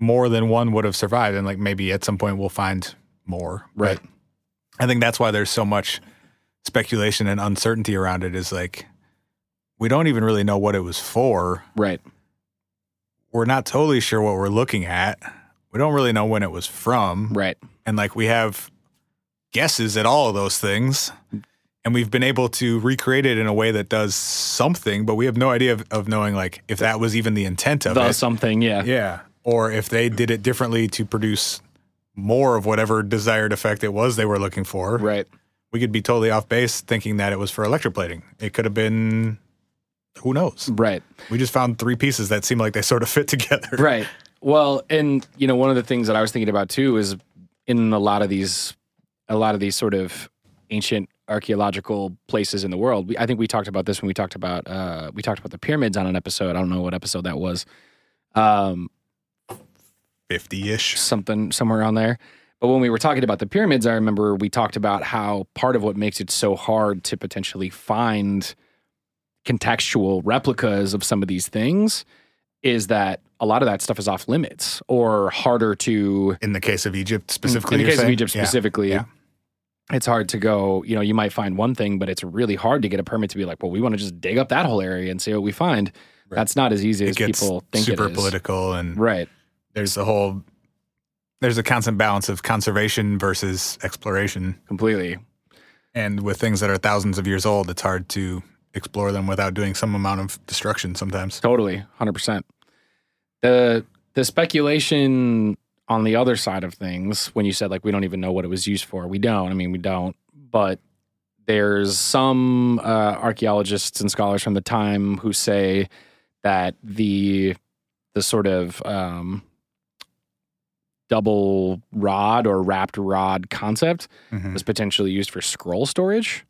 Speaker 3: more than one would have survived. And like maybe at some point we'll find more.
Speaker 1: Right.
Speaker 3: But I think that's why there's so much speculation and uncertainty around it is like we don't even really know what it was for.
Speaker 1: Right.
Speaker 3: We're not totally sure what we're looking at. We don't really know when it was from.
Speaker 1: Right.
Speaker 3: And like we have guesses at all of those things. And we've been able to recreate it in a way that does something, but we have no idea of, of knowing like if that was even the intent of
Speaker 1: The
Speaker 3: it.
Speaker 1: something. Yeah.
Speaker 3: Yeah. Or if they did it differently to produce more of whatever desired effect it was they were looking for,
Speaker 1: Right.
Speaker 3: we could be totally off base thinking that it was for electroplating. It could have been, who knows?
Speaker 1: Right.
Speaker 3: We just found three pieces that seem like they sort of fit together.
Speaker 1: Right. Well, and you know, one of the things that I was thinking about too is in a lot of these, a lot of these sort of ancient archaeological places in the world. We, I think we talked about this when we talked about uh, we talked about the pyramids on an episode. I don't know what episode that was. Um,
Speaker 3: 50 ish.
Speaker 1: something somewhere on there. But when we were talking about the pyramids, I remember we talked about how part of what makes it so hard to potentially find contextual replicas of some of these things is that a lot of that stuff is off limits or harder to
Speaker 3: In the case of Egypt specifically.
Speaker 1: in the
Speaker 3: you're
Speaker 1: case of
Speaker 3: saying?
Speaker 1: Egypt
Speaker 3: Yeah.
Speaker 1: specifically,
Speaker 3: Yeah.
Speaker 1: it's hard to go. You know, you might find one thing, but it's really hard to get a permit to be like, well, we want to just dig up that whole area and see what we find.
Speaker 3: Right.
Speaker 1: That's not as easy
Speaker 3: It
Speaker 1: as
Speaker 3: gets
Speaker 1: people think
Speaker 3: super
Speaker 1: it is.
Speaker 3: political and
Speaker 1: Right,
Speaker 3: there's the whole, there's a constant balance of conservation versus exploration.
Speaker 1: completely.
Speaker 3: And with things that are thousands of years old, it's hard to explore them without doing some amount of destruction sometimes.
Speaker 1: Totally, hundred percent. The the speculation on the other side of things, when you said like we don't even know what it was used for, we don't. I mean, we don't. But there's some uh, archaeologists and scholars from the time who say that the the sort of um, double rod or wrapped rod concept
Speaker 3: Mm-hmm.
Speaker 1: was potentially used for scroll storage.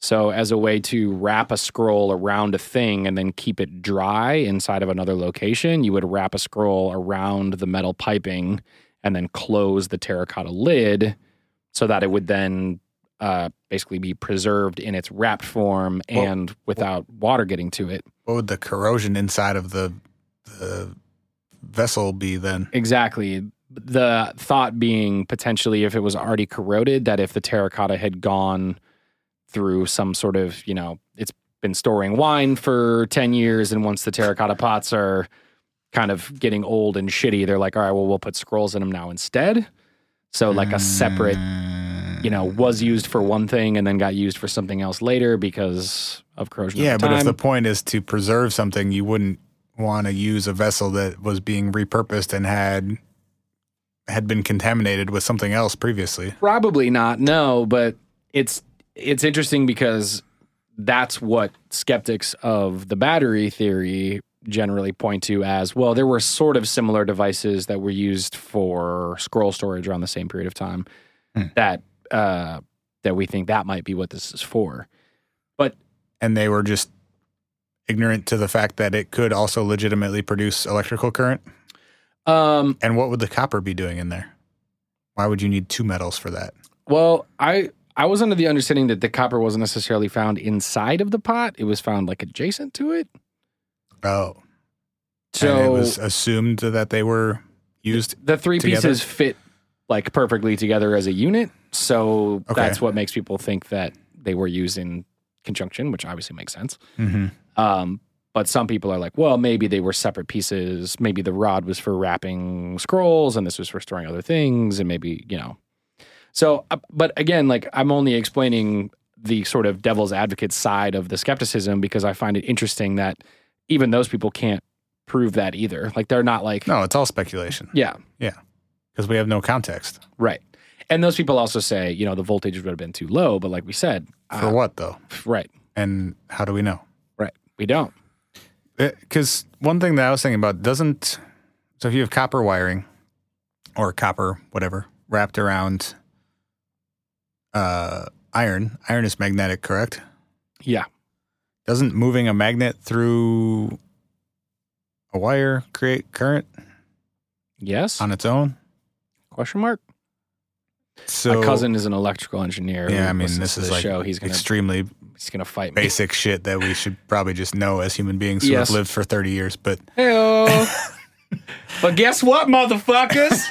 Speaker 1: So, as a way to wrap a scroll around a thing and then keep it dry inside of another location, you would wrap a scroll around the metal piping and then close the terracotta lid so that it would then uh, basically be preserved in its wrapped form
Speaker 3: Well-
Speaker 1: and without water getting to it.
Speaker 3: What would the corrosion inside of the, the vessel be then?
Speaker 1: Exactly. The thought being potentially if it was already corroded, that if the terracotta had gone through some sort of, you know, it's been storing wine for 10 years, and once the terracotta pots are kind of getting old and shitty, they're like, all right, well, we'll put scrolls in them now instead. So, like a separate, you know, was used for one thing and then got used for something else later because of corrosion.
Speaker 3: Yeah,
Speaker 1: over time.
Speaker 3: but if the point is to preserve something, you wouldn't want to use a vessel that was being repurposed and had had been contaminated with something else previously.
Speaker 1: Probably not. No, but it's it's interesting because that's what skeptics of the battery theory generally point to as well. There were sort of similar devices that were used for scroll storage around the same period of time
Speaker 3: Hmm.
Speaker 1: that uh, that we think that might be what this is for. But
Speaker 3: And they were just ignorant to the fact that it could also legitimately produce electrical current.
Speaker 1: um,
Speaker 3: And what would the copper be doing in there? Why would you need two metals for that?
Speaker 1: well, I I was under the understanding that the copper wasn't necessarily found inside of the pot. It was found like adjacent to it.
Speaker 3: Oh,
Speaker 1: So
Speaker 3: and it was assumed that they were used.
Speaker 1: the three
Speaker 3: together?
Speaker 1: pieces fit like perfectly together as a unit. So
Speaker 3: Okay.
Speaker 1: that's what makes people think that they were used in conjunction, which obviously makes sense. Um, but some people are like, well, maybe they were separate pieces. Maybe the rod was for wrapping scrolls and this was for storing other things. And maybe, you know. So, uh, but again, like I'm only explaining the sort of devil's advocate side of the skepticism because I find it interesting that even those people can't prove that either. Like they're not like,
Speaker 3: No, it's all speculation
Speaker 1: yeah,
Speaker 3: because we have no context.
Speaker 1: Right. And those people also say, you know, the voltage would have been too low, but like we said, uh,
Speaker 3: For what though?
Speaker 1: Right.
Speaker 3: And how do we know?
Speaker 1: Right. We don't.
Speaker 3: Because Uh, one thing that I was thinking about doesn't. So if you have copper wiring, or copper whatever wrapped around uh, iron, iron is magnetic, correct?
Speaker 1: Yeah.
Speaker 3: Doesn't moving a magnet through a wire create current
Speaker 1: Yes.
Speaker 3: on its own?
Speaker 1: Question mark.
Speaker 3: So
Speaker 1: My cousin is an electrical engineer. who
Speaker 3: Yeah, I mean,
Speaker 1: listens
Speaker 3: this
Speaker 1: to
Speaker 3: is
Speaker 1: the
Speaker 3: like
Speaker 1: show. He's gonna
Speaker 3: extremely
Speaker 1: he's gonna fight me.
Speaker 3: basic shit that we should probably just know as human beings who
Speaker 1: Yes.
Speaker 3: have lived for 30 years. But
Speaker 1: Heyo. but guess what, motherfuckers?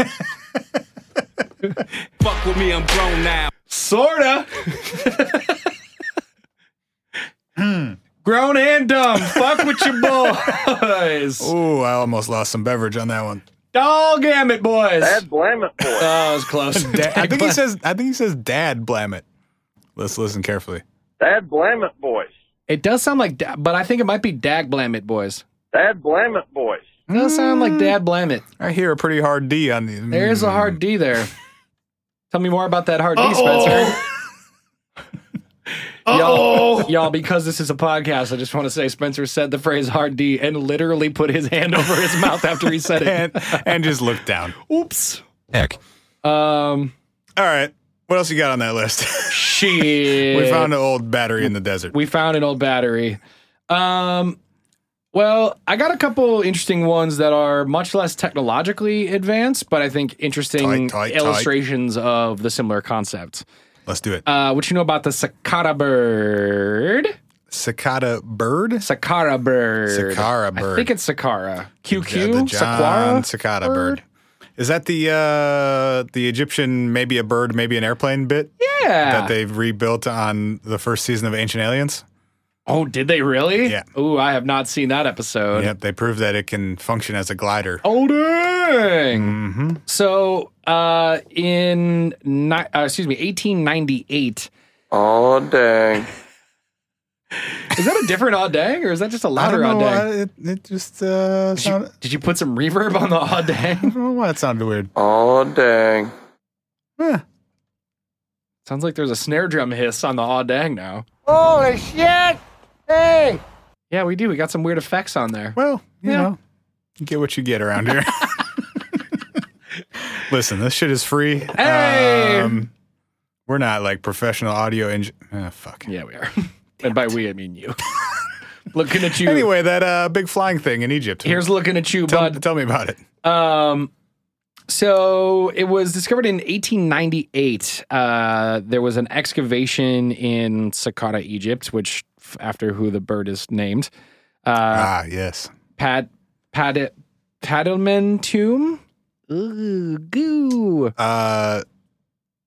Speaker 2: Fuck with me, I'm grown now.
Speaker 1: Sorta.
Speaker 3: Hmm.
Speaker 1: Grown and dumb. Fuck with your boys.
Speaker 3: oh, I almost lost some beverage on that one.
Speaker 1: Dog it, boys.
Speaker 6: Dad, blame it for it.
Speaker 1: Oh, it was close.
Speaker 3: Da- I think he says. I think he says, "Dad, blam it." Let's listen carefully.
Speaker 6: Dad, blame it, boys.
Speaker 1: It does sound like, da- but I think it might be Dag Blamit boys.
Speaker 6: Dad, blame it, boys.
Speaker 1: It does sound like Dad Blamit.
Speaker 3: I hear a pretty hard D on the. mm,
Speaker 1: There's a hard D there. Tell me more about that hard D, Spencer. Y'all, y'all, because this is a podcast, I just want to say Spencer said the phrase hard D and literally put his hand over his mouth after he said it.
Speaker 3: and, and just look down.
Speaker 1: Oops. Heck. Um,
Speaker 3: All right. What else you got on that list?
Speaker 1: shit.
Speaker 3: we found an old battery in the desert.
Speaker 1: we found an old battery. Um, well, I got a couple interesting ones that are much less technologically advanced, but I think interesting
Speaker 3: Tight, tight, tight.
Speaker 1: illustrations of the similar concept.
Speaker 3: Let's do it.
Speaker 1: Uh, what you know about the cicada bird?
Speaker 3: Cicada bird.
Speaker 1: Sakara bird.
Speaker 3: Sakara
Speaker 1: I
Speaker 3: bird.
Speaker 1: think it's Sakara. QQ.
Speaker 3: Yeah, the
Speaker 1: Sakwara
Speaker 3: John cicada bird. Is that the uh, the Egyptian maybe a bird maybe an airplane bit
Speaker 1: Yeah.
Speaker 3: that they've rebuilt on the first season of Ancient Aliens?
Speaker 1: oh, did they really?
Speaker 3: Yeah.
Speaker 1: Ooh, I have not seen that episode.
Speaker 3: Yep, they proved that it can function as a glider.
Speaker 1: Oh dang!
Speaker 3: Mm-hmm.
Speaker 1: So, uh, in ni- uh, excuse me, 1898.
Speaker 6: Oh, dang.
Speaker 1: Is that a different odd dang, or is that just a louder odd dang?
Speaker 3: it, it just uh,
Speaker 1: Did you, did you put some reverb on the odd dang?
Speaker 3: don't know why it sounded weird. Eh,
Speaker 6: Oh, dang.
Speaker 1: Sounds like there's a snare drum hiss on the odd dang now.
Speaker 5: Holy shit! Hey!
Speaker 1: Yeah, we do. We got some weird effects on there.
Speaker 3: Well, you
Speaker 1: Yeah.
Speaker 3: know, you get what you get around here. Listen, this shit is free. Um,
Speaker 1: Hey!
Speaker 3: we're not like professional audio engine. Ah, fuck.
Speaker 1: Yeah, we are. and by we, I mean you. looking at you.
Speaker 3: Anyway, that uh, big flying thing in Egypt.
Speaker 1: here's looking at you,
Speaker 3: tell,
Speaker 1: bud.
Speaker 3: tell me about it.
Speaker 1: Um, so it was discovered in 1898. Uh, there was an excavation in Saqqara, Egypt, which f- after who the bird is named, uh,
Speaker 3: ah, yes.
Speaker 1: Pad Pad Padelman tomb. Ooh, goo.
Speaker 3: Uh,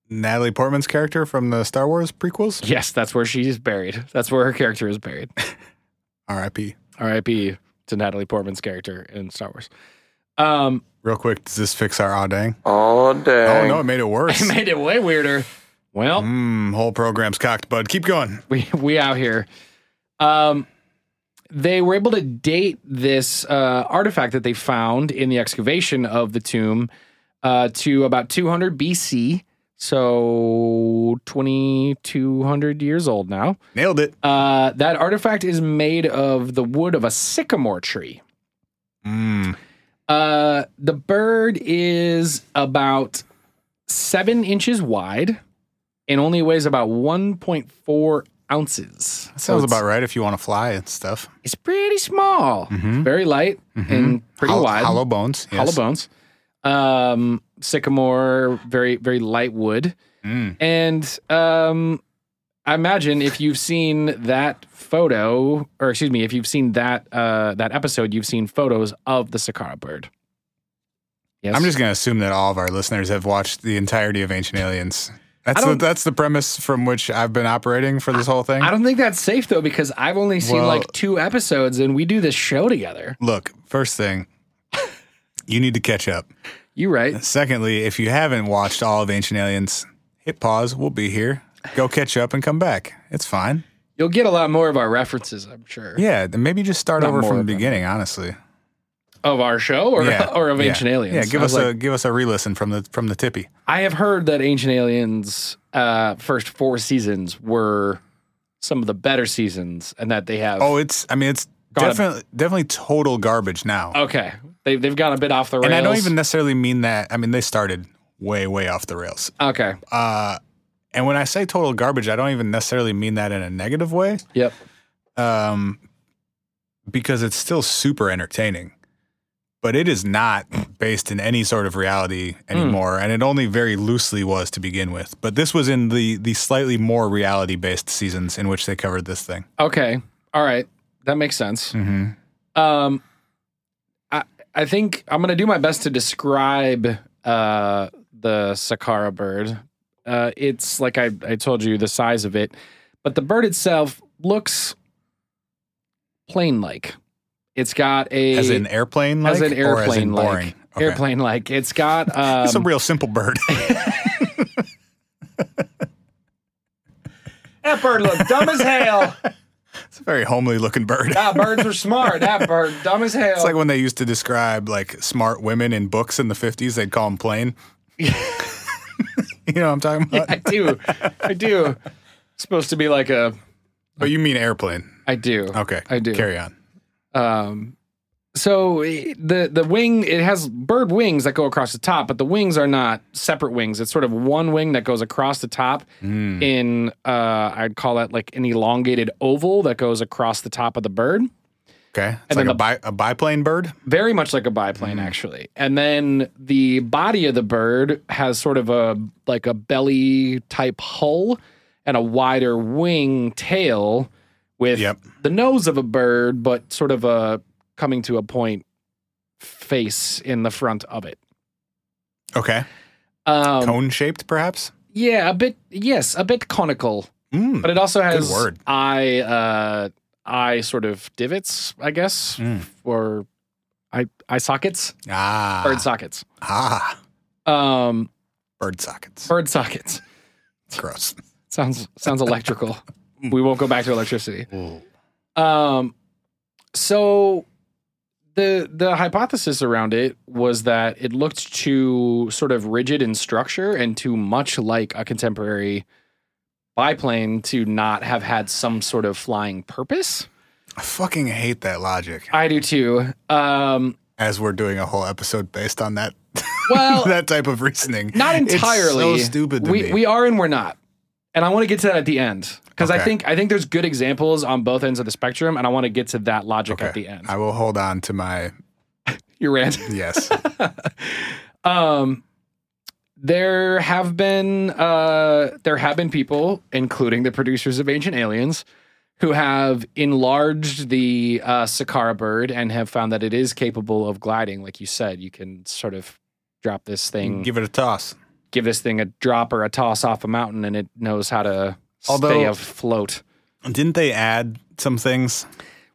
Speaker 3: Natalie Portman's character from the Star Wars prequels.
Speaker 1: Yes, that's where she's buried. That's where her character is buried.
Speaker 3: R.I.P.
Speaker 1: R.I.P. to Natalie Portman's character in Star Wars. Um,
Speaker 3: Real quick, does this fix our ah dang?
Speaker 6: Oh,
Speaker 3: Oh
Speaker 6: dang.
Speaker 3: no, it made it worse.
Speaker 1: it made it way weirder. Well,
Speaker 3: Mm, whole program's cocked, bud. Keep going.
Speaker 1: we we out here. Um, they were able to date this uh, artifact that they found in the excavation of the tomb uh, to about 200 BC, so 2200 years old now.
Speaker 3: Nailed it.
Speaker 1: Uh, that artifact is made of the wood of a sycamore tree.
Speaker 3: Mm.
Speaker 1: Uh, the bird is about seven inches wide and only weighs about 1.4 ounces.
Speaker 3: That sounds
Speaker 1: So it's-
Speaker 3: about right if you want to fly and stuff.
Speaker 1: It's pretty small,
Speaker 3: Mhm.
Speaker 1: very light, and pretty
Speaker 3: Hol-
Speaker 1: wide.
Speaker 3: Mm-hmm. Hollow bones.
Speaker 1: Hollow
Speaker 3: yes.
Speaker 1: bones. Um, sycamore, very very light wood,
Speaker 3: Mm.
Speaker 1: and um, I imagine if you've seen that photo, or excuse me, if you've seen that uh, that episode, you've seen photos of the Sakara bird. Yes,
Speaker 3: I'm just going to assume that all of our listeners have watched the entirety of Ancient Aliens. That's the,
Speaker 1: don't-
Speaker 3: that's the premise from which I've been operating for this whole thing.
Speaker 1: I don't think that's safe though because I've only seen
Speaker 3: Well-
Speaker 1: like two episodes, and we do this show together.
Speaker 3: Look, first thing, you need to catch up.
Speaker 1: You right?
Speaker 3: Secondly, if you haven't watched all of Ancient Aliens, hit pause. We'll be here. Go catch up and come back. It's fine.
Speaker 1: You'll get a lot more of our references, I'm sure.
Speaker 3: Yeah, then maybe just start
Speaker 1: Not
Speaker 3: over
Speaker 1: more
Speaker 3: from the
Speaker 1: of them.
Speaker 3: beginning. Honestly,
Speaker 1: Of our show or
Speaker 3: yeah,
Speaker 1: or of
Speaker 3: yeah,
Speaker 1: Ancient Aliens.
Speaker 3: Yeah, give
Speaker 1: I was
Speaker 3: us
Speaker 1: like,
Speaker 3: a give us a re-listen from the from the tippy.
Speaker 1: I have heard that Ancient Aliens uh, first four seasons were some of the better seasons and that they have.
Speaker 3: Oh, it's. I mean, it's
Speaker 1: Got it.
Speaker 3: definitely definitely total garbage now.
Speaker 1: okay. They, they've gone a bit off the rails.
Speaker 3: and I don't even necessarily mean that. I mean, they started way way off the rails.
Speaker 1: Okay.
Speaker 3: Uh, and when I say total garbage, I don't even necessarily mean that in a negative way.
Speaker 1: Yep.
Speaker 3: um, because it's still super entertaining, but it is not based in any sort of reality
Speaker 1: Hmm.
Speaker 3: anymore, and it only very loosely was to begin with. But this was in the the slightly more reality based seasons in which they covered this thing.
Speaker 1: Okay. All right. That makes sense.
Speaker 3: Mm-hmm.
Speaker 1: Um, I I think I'm gonna do my best to describe uh the Sakara bird. Uh, it's like I I told you the size of it, but the bird itself looks plane like. It's got a
Speaker 3: As an airplane, like,
Speaker 1: as an
Speaker 3: or as
Speaker 1: airplane
Speaker 3: in boring.
Speaker 1: like
Speaker 3: Okay.
Speaker 1: airplane like. It's got um,
Speaker 3: It's a real simple bird.
Speaker 1: that bird looked dumb as hell.
Speaker 3: it's a very homely looking bird.
Speaker 1: Ah, birds are smart. That bird dumb as hell.
Speaker 3: It's like when they used to describe like smart women in books in the fifties. They'd call them plain. you know what I'm talking about?
Speaker 1: I do, I do. It's supposed to be like a
Speaker 3: But Oh, you mean airplane?
Speaker 1: I do.
Speaker 3: Okay,
Speaker 1: I do.
Speaker 3: Carry on.
Speaker 1: Um, so it- the the wing it has bird wings that go across the top, but the wings are not separate wings. It's sort of one wing that goes across the top
Speaker 3: Mm.
Speaker 1: in uh, I'd call that like an elongated oval that goes across the top of the bird,
Speaker 3: Okay.
Speaker 1: And
Speaker 3: It's
Speaker 1: then
Speaker 3: like
Speaker 1: the-
Speaker 3: a, bi- a biplane bird.
Speaker 1: very much like a biplane
Speaker 3: Mm-hmm.
Speaker 1: actually. And then the body of the bird has sort of a like a belly type hull and a wider wing tail with
Speaker 3: Yep.
Speaker 1: the nose of a bird, but sort of a coming to a point face in the front of it.
Speaker 3: Okay.
Speaker 1: Um,
Speaker 3: Cone shaped, perhaps.
Speaker 1: yeah, a bit. Yes, a bit conical,
Speaker 3: Mm.
Speaker 1: but it also has
Speaker 3: word.
Speaker 1: eye uh, eye sort of divots, I guess,
Speaker 3: Mm.
Speaker 1: or eye eye sockets,
Speaker 3: Ah.
Speaker 1: bird sockets,
Speaker 3: Ah.
Speaker 1: um,
Speaker 3: Bird sockets.
Speaker 1: bird sockets.
Speaker 3: Gross.
Speaker 1: Sounds sounds electrical. we won't go back to electricity. Um, so the the hypothesis around it was that it looked too sort of rigid in structure and too much like a contemporary biplane to not have had some sort of flying purpose.
Speaker 3: I fucking hate that logic.
Speaker 1: I do too. Um,
Speaker 3: As we're doing a whole episode based on that
Speaker 1: well,
Speaker 3: that type of reasoning.
Speaker 1: not
Speaker 3: It's
Speaker 1: entirely.
Speaker 3: so stupid to
Speaker 1: we
Speaker 3: me.
Speaker 1: we are and we're not. And I want to get to that at the end because I
Speaker 3: Okay.
Speaker 1: think I think there's good examples on both ends of the spectrum, and I want to get to that logic
Speaker 3: okay. Uh,
Speaker 1: at the end.
Speaker 3: I will hold on to my
Speaker 1: You ran.
Speaker 3: yes.
Speaker 1: Um, there have been uh, there have been people, including the producers of Ancient Aliens, who have enlarged the uh, Sakara bird and have found that it is capable of gliding. Like you said, you can sort of drop this thing, give,
Speaker 3: Give it a toss.
Speaker 1: this thing a drop or a toss off a mountain, and it knows how to stay
Speaker 3: Although-
Speaker 1: afloat.
Speaker 3: Didn't they add some things?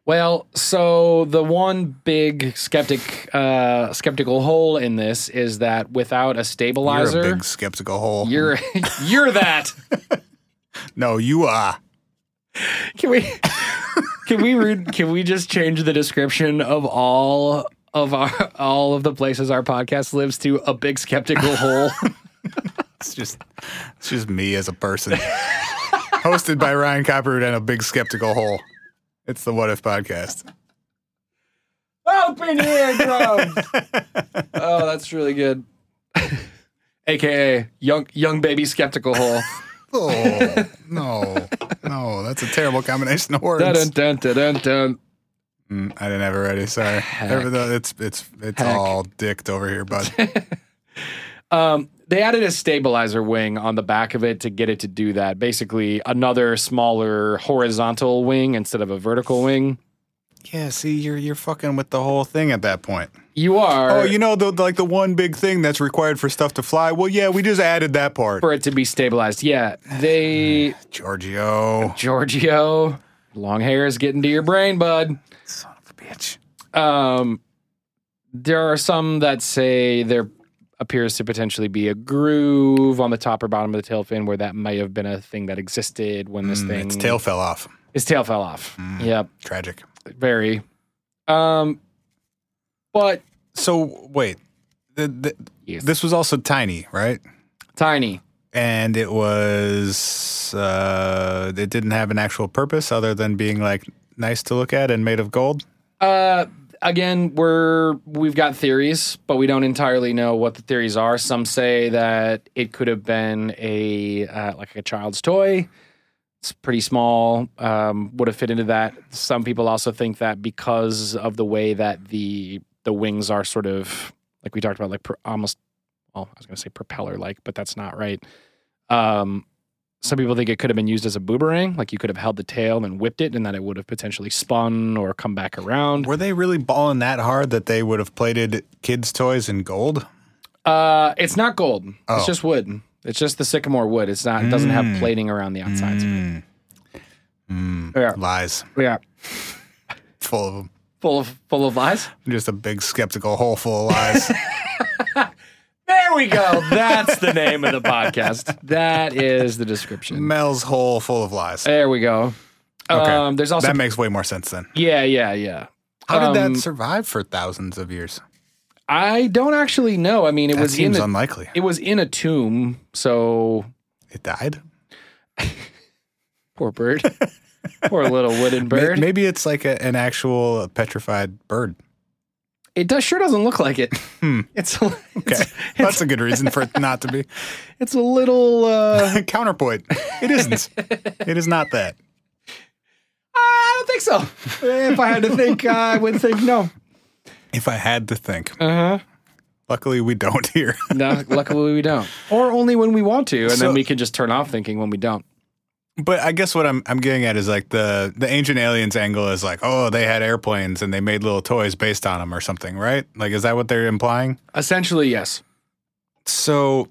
Speaker 1: Well, so the one big skeptic uh, skeptical hole in this is that without a stabilizer,
Speaker 3: You're a big skeptical hole.
Speaker 1: You're you're that.
Speaker 3: no, you are.
Speaker 1: Can we can we read can we just change the description of all of our all of the places our podcast lives to a big skeptical hole?
Speaker 3: It's just it's just me as a person. Hosted by Ryan Copperwood and a big skeptical hole. It's the What If podcast.
Speaker 1: Open eardrums. oh, that's really good. AKA young young baby skeptical hole.
Speaker 3: Oh no, no, that's a terrible combination of words.
Speaker 1: dun, dun, dun, dun, dun.
Speaker 3: Mm, I didn't have it ready. Sorry. Everything- It's it's it's
Speaker 1: Heck.
Speaker 3: all dicked over here, bud.
Speaker 1: Um, they added a stabilizer wing on the back of it to get it to do that. Basically, another smaller horizontal wing instead of a vertical wing.
Speaker 3: yeah, see, you're you're fucking with the whole thing at that point.
Speaker 1: You are.
Speaker 3: Oh, you know the like the one big thing that's required for stuff to fly. Well, yeah, we just added that part.
Speaker 1: for it to be stabilized. Yeah, they
Speaker 3: Giorgio,
Speaker 1: Giorgio, long hair is getting to your brain, bud.
Speaker 3: son of a bitch.
Speaker 1: Um, there are some that say there appears to potentially be a groove on the top or bottom of the tail fin where that may have been a thing that existed when this
Speaker 3: Mm,
Speaker 1: thing
Speaker 3: its tail Mm. fell off.
Speaker 1: his tail fell off. Yep,
Speaker 3: Tragic.
Speaker 1: very. Um, but
Speaker 3: So wait, the, the,
Speaker 1: Yes.
Speaker 3: this was also tiny, right?
Speaker 1: tiny.
Speaker 3: and it was uh, it didn't have an actual purpose other than being like nice to look at and made of gold.
Speaker 1: Uh, again, we're we've got theories, but we don't entirely know what the theories are. Some say that it could have been a uh, like a child's toy. It's pretty small. Um, would have fit into that. Some people also think that because of the way that the the wings are sort of like we talked about, like pro- almost. Well, I was going to say propeller like, but that's not right. Um, some people think it could have been used as a boomerang, like you could have held the tail and whipped it, and that it would have potentially spun or come back around.
Speaker 3: Were they really balling that hard that they would have plated kids' toys in gold?
Speaker 1: Uh, it's not gold.
Speaker 3: Oh.
Speaker 1: It's just wood. It's just the sycamore wood. It's not. It doesn't
Speaker 3: Mm.
Speaker 1: have plating around the outsides.
Speaker 3: Mm. Mm.
Speaker 1: Yeah.
Speaker 3: Lies,
Speaker 1: Yeah,
Speaker 3: full of 'em.
Speaker 1: full of full of lies.
Speaker 3: just a big skeptical hole full of lies.
Speaker 1: There we go. That's the name of the podcast. That is the description.
Speaker 3: Mel's hole full of lies.
Speaker 1: There we go.
Speaker 3: Okay.
Speaker 1: Um, there's also
Speaker 3: that makes way more sense then.
Speaker 1: yeah, yeah, yeah.
Speaker 3: How did
Speaker 1: Um,
Speaker 3: that survive for thousands of years?
Speaker 1: I don't actually know. I mean, it
Speaker 3: That
Speaker 1: was in
Speaker 3: seems
Speaker 1: a,
Speaker 3: unlikely.
Speaker 1: it was in a tomb, so
Speaker 3: It died.
Speaker 1: poor bird, poor little wooden
Speaker 3: May-
Speaker 1: bird.
Speaker 3: Maybe it's like a, an actual petrified bird.
Speaker 1: It does sure doesn't look like it.
Speaker 3: Hmm.
Speaker 1: It's a,
Speaker 3: Okay,
Speaker 1: it's,
Speaker 3: that's a good reason for it not to be.
Speaker 1: it's a little. Uh,
Speaker 3: Uh-huh. Counterpoint. It isn't. It is not that.
Speaker 1: Uh, I don't think so. If I had to think, uh, I would think no.
Speaker 3: If I had to think,
Speaker 1: Uh huh.
Speaker 3: luckily we don't here.
Speaker 1: No, luckily we don't. Or only when we want to, and
Speaker 3: So-
Speaker 1: then we can just turn off thinking when we don't.
Speaker 3: but I guess what I'm I'm getting at is like the the ancient aliens angle is like, oh, they had airplanes and they made little toys based on them or something, right? Like, is that what they're implying?
Speaker 1: Essentially, yes.
Speaker 3: So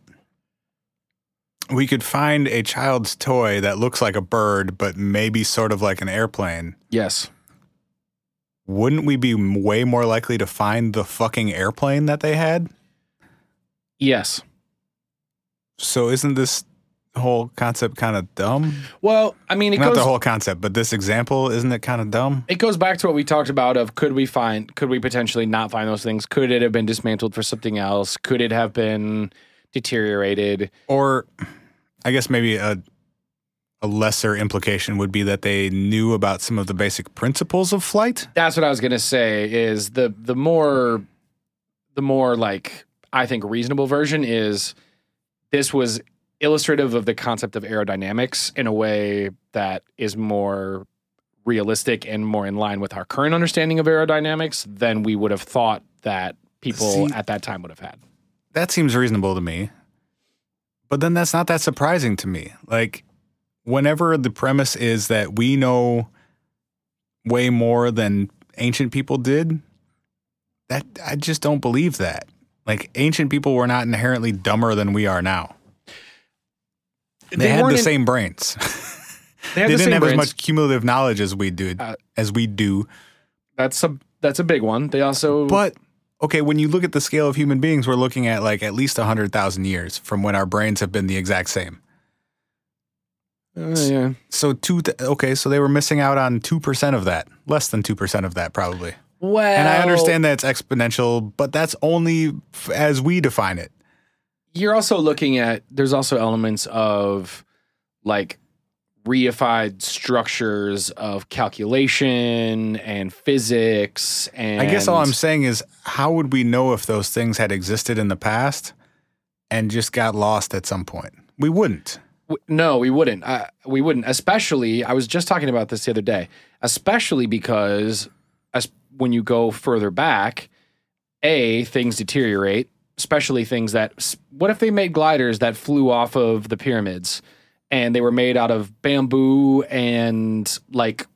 Speaker 3: we could find a child's toy that looks like a bird, but maybe sort of like an airplane.
Speaker 1: Yes.
Speaker 3: Wouldn't we be m- way more likely to find the fucking airplane that they had?
Speaker 1: Yes.
Speaker 3: So isn't this whole concept kind of dumb?
Speaker 1: Well, I mean, it
Speaker 3: Not
Speaker 1: goes
Speaker 3: the whole concept, but this example isn't it kind of dumb?
Speaker 1: it goes back to what we talked about of could we find could we potentially not find those things? Could it have been dismantled for something else? Could it have been deteriorated?
Speaker 3: Or I guess maybe a a lesser implication would be that they knew about some of the basic principles of flight.
Speaker 1: That's what I was gonna say. Is the the more the more like I think reasonable version is this was illustrative of the concept of aerodynamics in a way that is more realistic and more in line with our current understanding of aerodynamics than we would have thought that people
Speaker 3: See-
Speaker 1: at that time would have had.
Speaker 3: that seems reasonable to me. But then that's not that surprising to me. Like, whenever the premise is that we know way more than ancient people did, that I just don't believe that. Like, ancient people were not inherently dumber than we are now. They, had the
Speaker 1: weren't in-
Speaker 3: same brains.
Speaker 1: They,
Speaker 3: They,
Speaker 1: had the
Speaker 3: didn't
Speaker 1: same
Speaker 3: have as
Speaker 1: brains.
Speaker 3: much cumulative knowledge as we do.
Speaker 1: Uh,
Speaker 3: as we do.
Speaker 1: That's a that's a big one. They also
Speaker 3: But okay, when you look at the scale of human beings, we're looking at like at least 100,000 years from when our brains have been the exact same.
Speaker 1: Uh, yeah.
Speaker 3: So two th- okay, so they were missing out on 2% of that. Less than 2% of that probably.
Speaker 1: Well,
Speaker 3: And I understand that it's exponential, but that's only f- as we define it.
Speaker 1: you're also looking at there's also elements of like reified structures of calculation and physics and
Speaker 3: I guess all I'm saying is how would we know if those things had existed in the past and just got lost at some point? We wouldn't.
Speaker 1: W- no we wouldn't uh, we wouldn't especially i was just talking about this the other day especially because as, when you go further back a things deteriorate especially things that s- what if they made gliders that flew off of the pyramids and they were made out of bamboo and like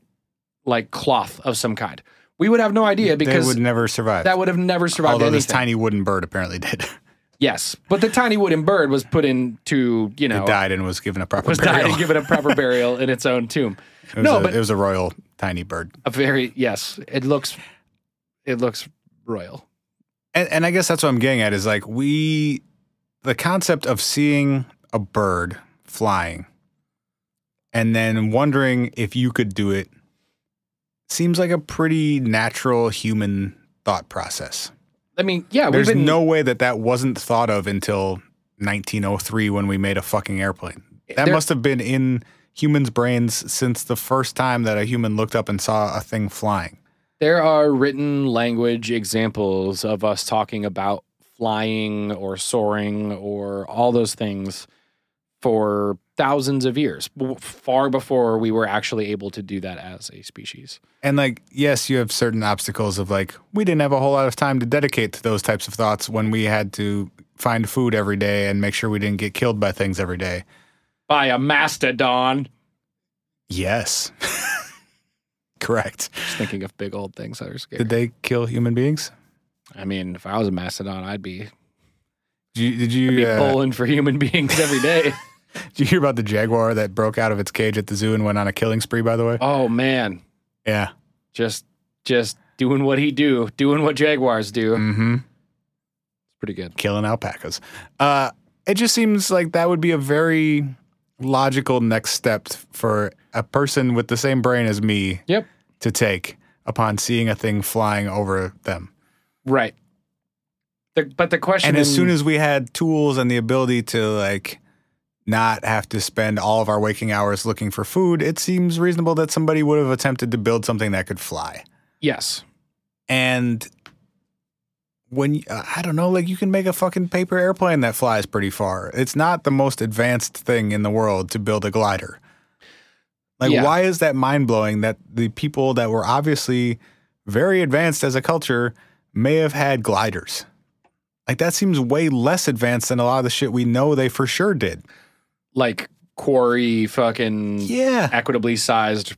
Speaker 1: like cloth of some kind we would have no idea
Speaker 3: they
Speaker 1: because
Speaker 3: would never survive.
Speaker 1: that would have never survived
Speaker 3: Although this
Speaker 1: anything.
Speaker 3: tiny wooden bird apparently did.
Speaker 1: yes but the tiny wooden bird was put into you know
Speaker 3: It died and was given a proper
Speaker 1: was
Speaker 3: burial.
Speaker 1: died and given a proper burial in its own tomb
Speaker 3: It was
Speaker 1: No,
Speaker 3: a,
Speaker 1: but-
Speaker 3: it was a royal tiny bird.
Speaker 1: a very yes it looks it looks royal
Speaker 3: And, and I guess that's what I'm getting at is like we, the concept of seeing a bird flying and then wondering if you could do it seems like a pretty natural human thought process.
Speaker 1: i mean yeah
Speaker 3: There's
Speaker 1: we've been
Speaker 3: no way that that wasn't thought of until 1903 when we made a fucking airplane. That
Speaker 1: Eh, There-
Speaker 3: must have been in humans' brains since the first time that a human looked up and saw a thing flying.
Speaker 1: There are written language examples of us talking about flying or soaring or all those things for thousands of years, w- far before we were actually able to do that as a species.
Speaker 3: And like, yes, you have certain obstacles of like, we didn't have a whole lot of time to dedicate to those types of thoughts when we had to find food every day and make sure we didn't get killed by things every day.
Speaker 1: By a mastodon.
Speaker 3: Yes. Correct.
Speaker 1: Just thinking of big old things that are scary.
Speaker 3: Did they kill human beings?
Speaker 1: I mean, if I was a mastodon, I'd be,
Speaker 3: Did you, did
Speaker 1: be
Speaker 3: you, uh,
Speaker 1: pulling for human beings every day.
Speaker 3: did you hear about the jaguar that broke out of its cage at the zoo and went on a killing spree, by the way?
Speaker 1: oh man,
Speaker 3: Yeah.
Speaker 1: just just doing what he do, doing what jaguars do. It's
Speaker 3: Mm-hmm.
Speaker 1: pretty good.
Speaker 3: Killing alpacas. Uh, it just seems like that would be a very logical next step for a person with the same brain as me
Speaker 1: Yep.
Speaker 3: to take upon seeing a thing flying over them.
Speaker 1: Right. The, but the question
Speaker 3: And as
Speaker 1: in-
Speaker 3: soon as we had tools and the ability to like not have to spend all of our waking hours looking for food, it seems reasonable that somebody would have attempted to build something that could fly.
Speaker 1: yes,
Speaker 3: And when you- I don't know, like you can make a fucking paper airplane that flies pretty far. It's not the most advanced thing in the world to build a glider. Like,
Speaker 1: Yeah.
Speaker 3: why is that mind blowing that the people that were obviously very advanced as a culture may have had gliders? Like, that seems way less advanced than a lot of the shit we know they for sure did.
Speaker 1: like quarry fucking
Speaker 3: Yeah.
Speaker 1: equitably sized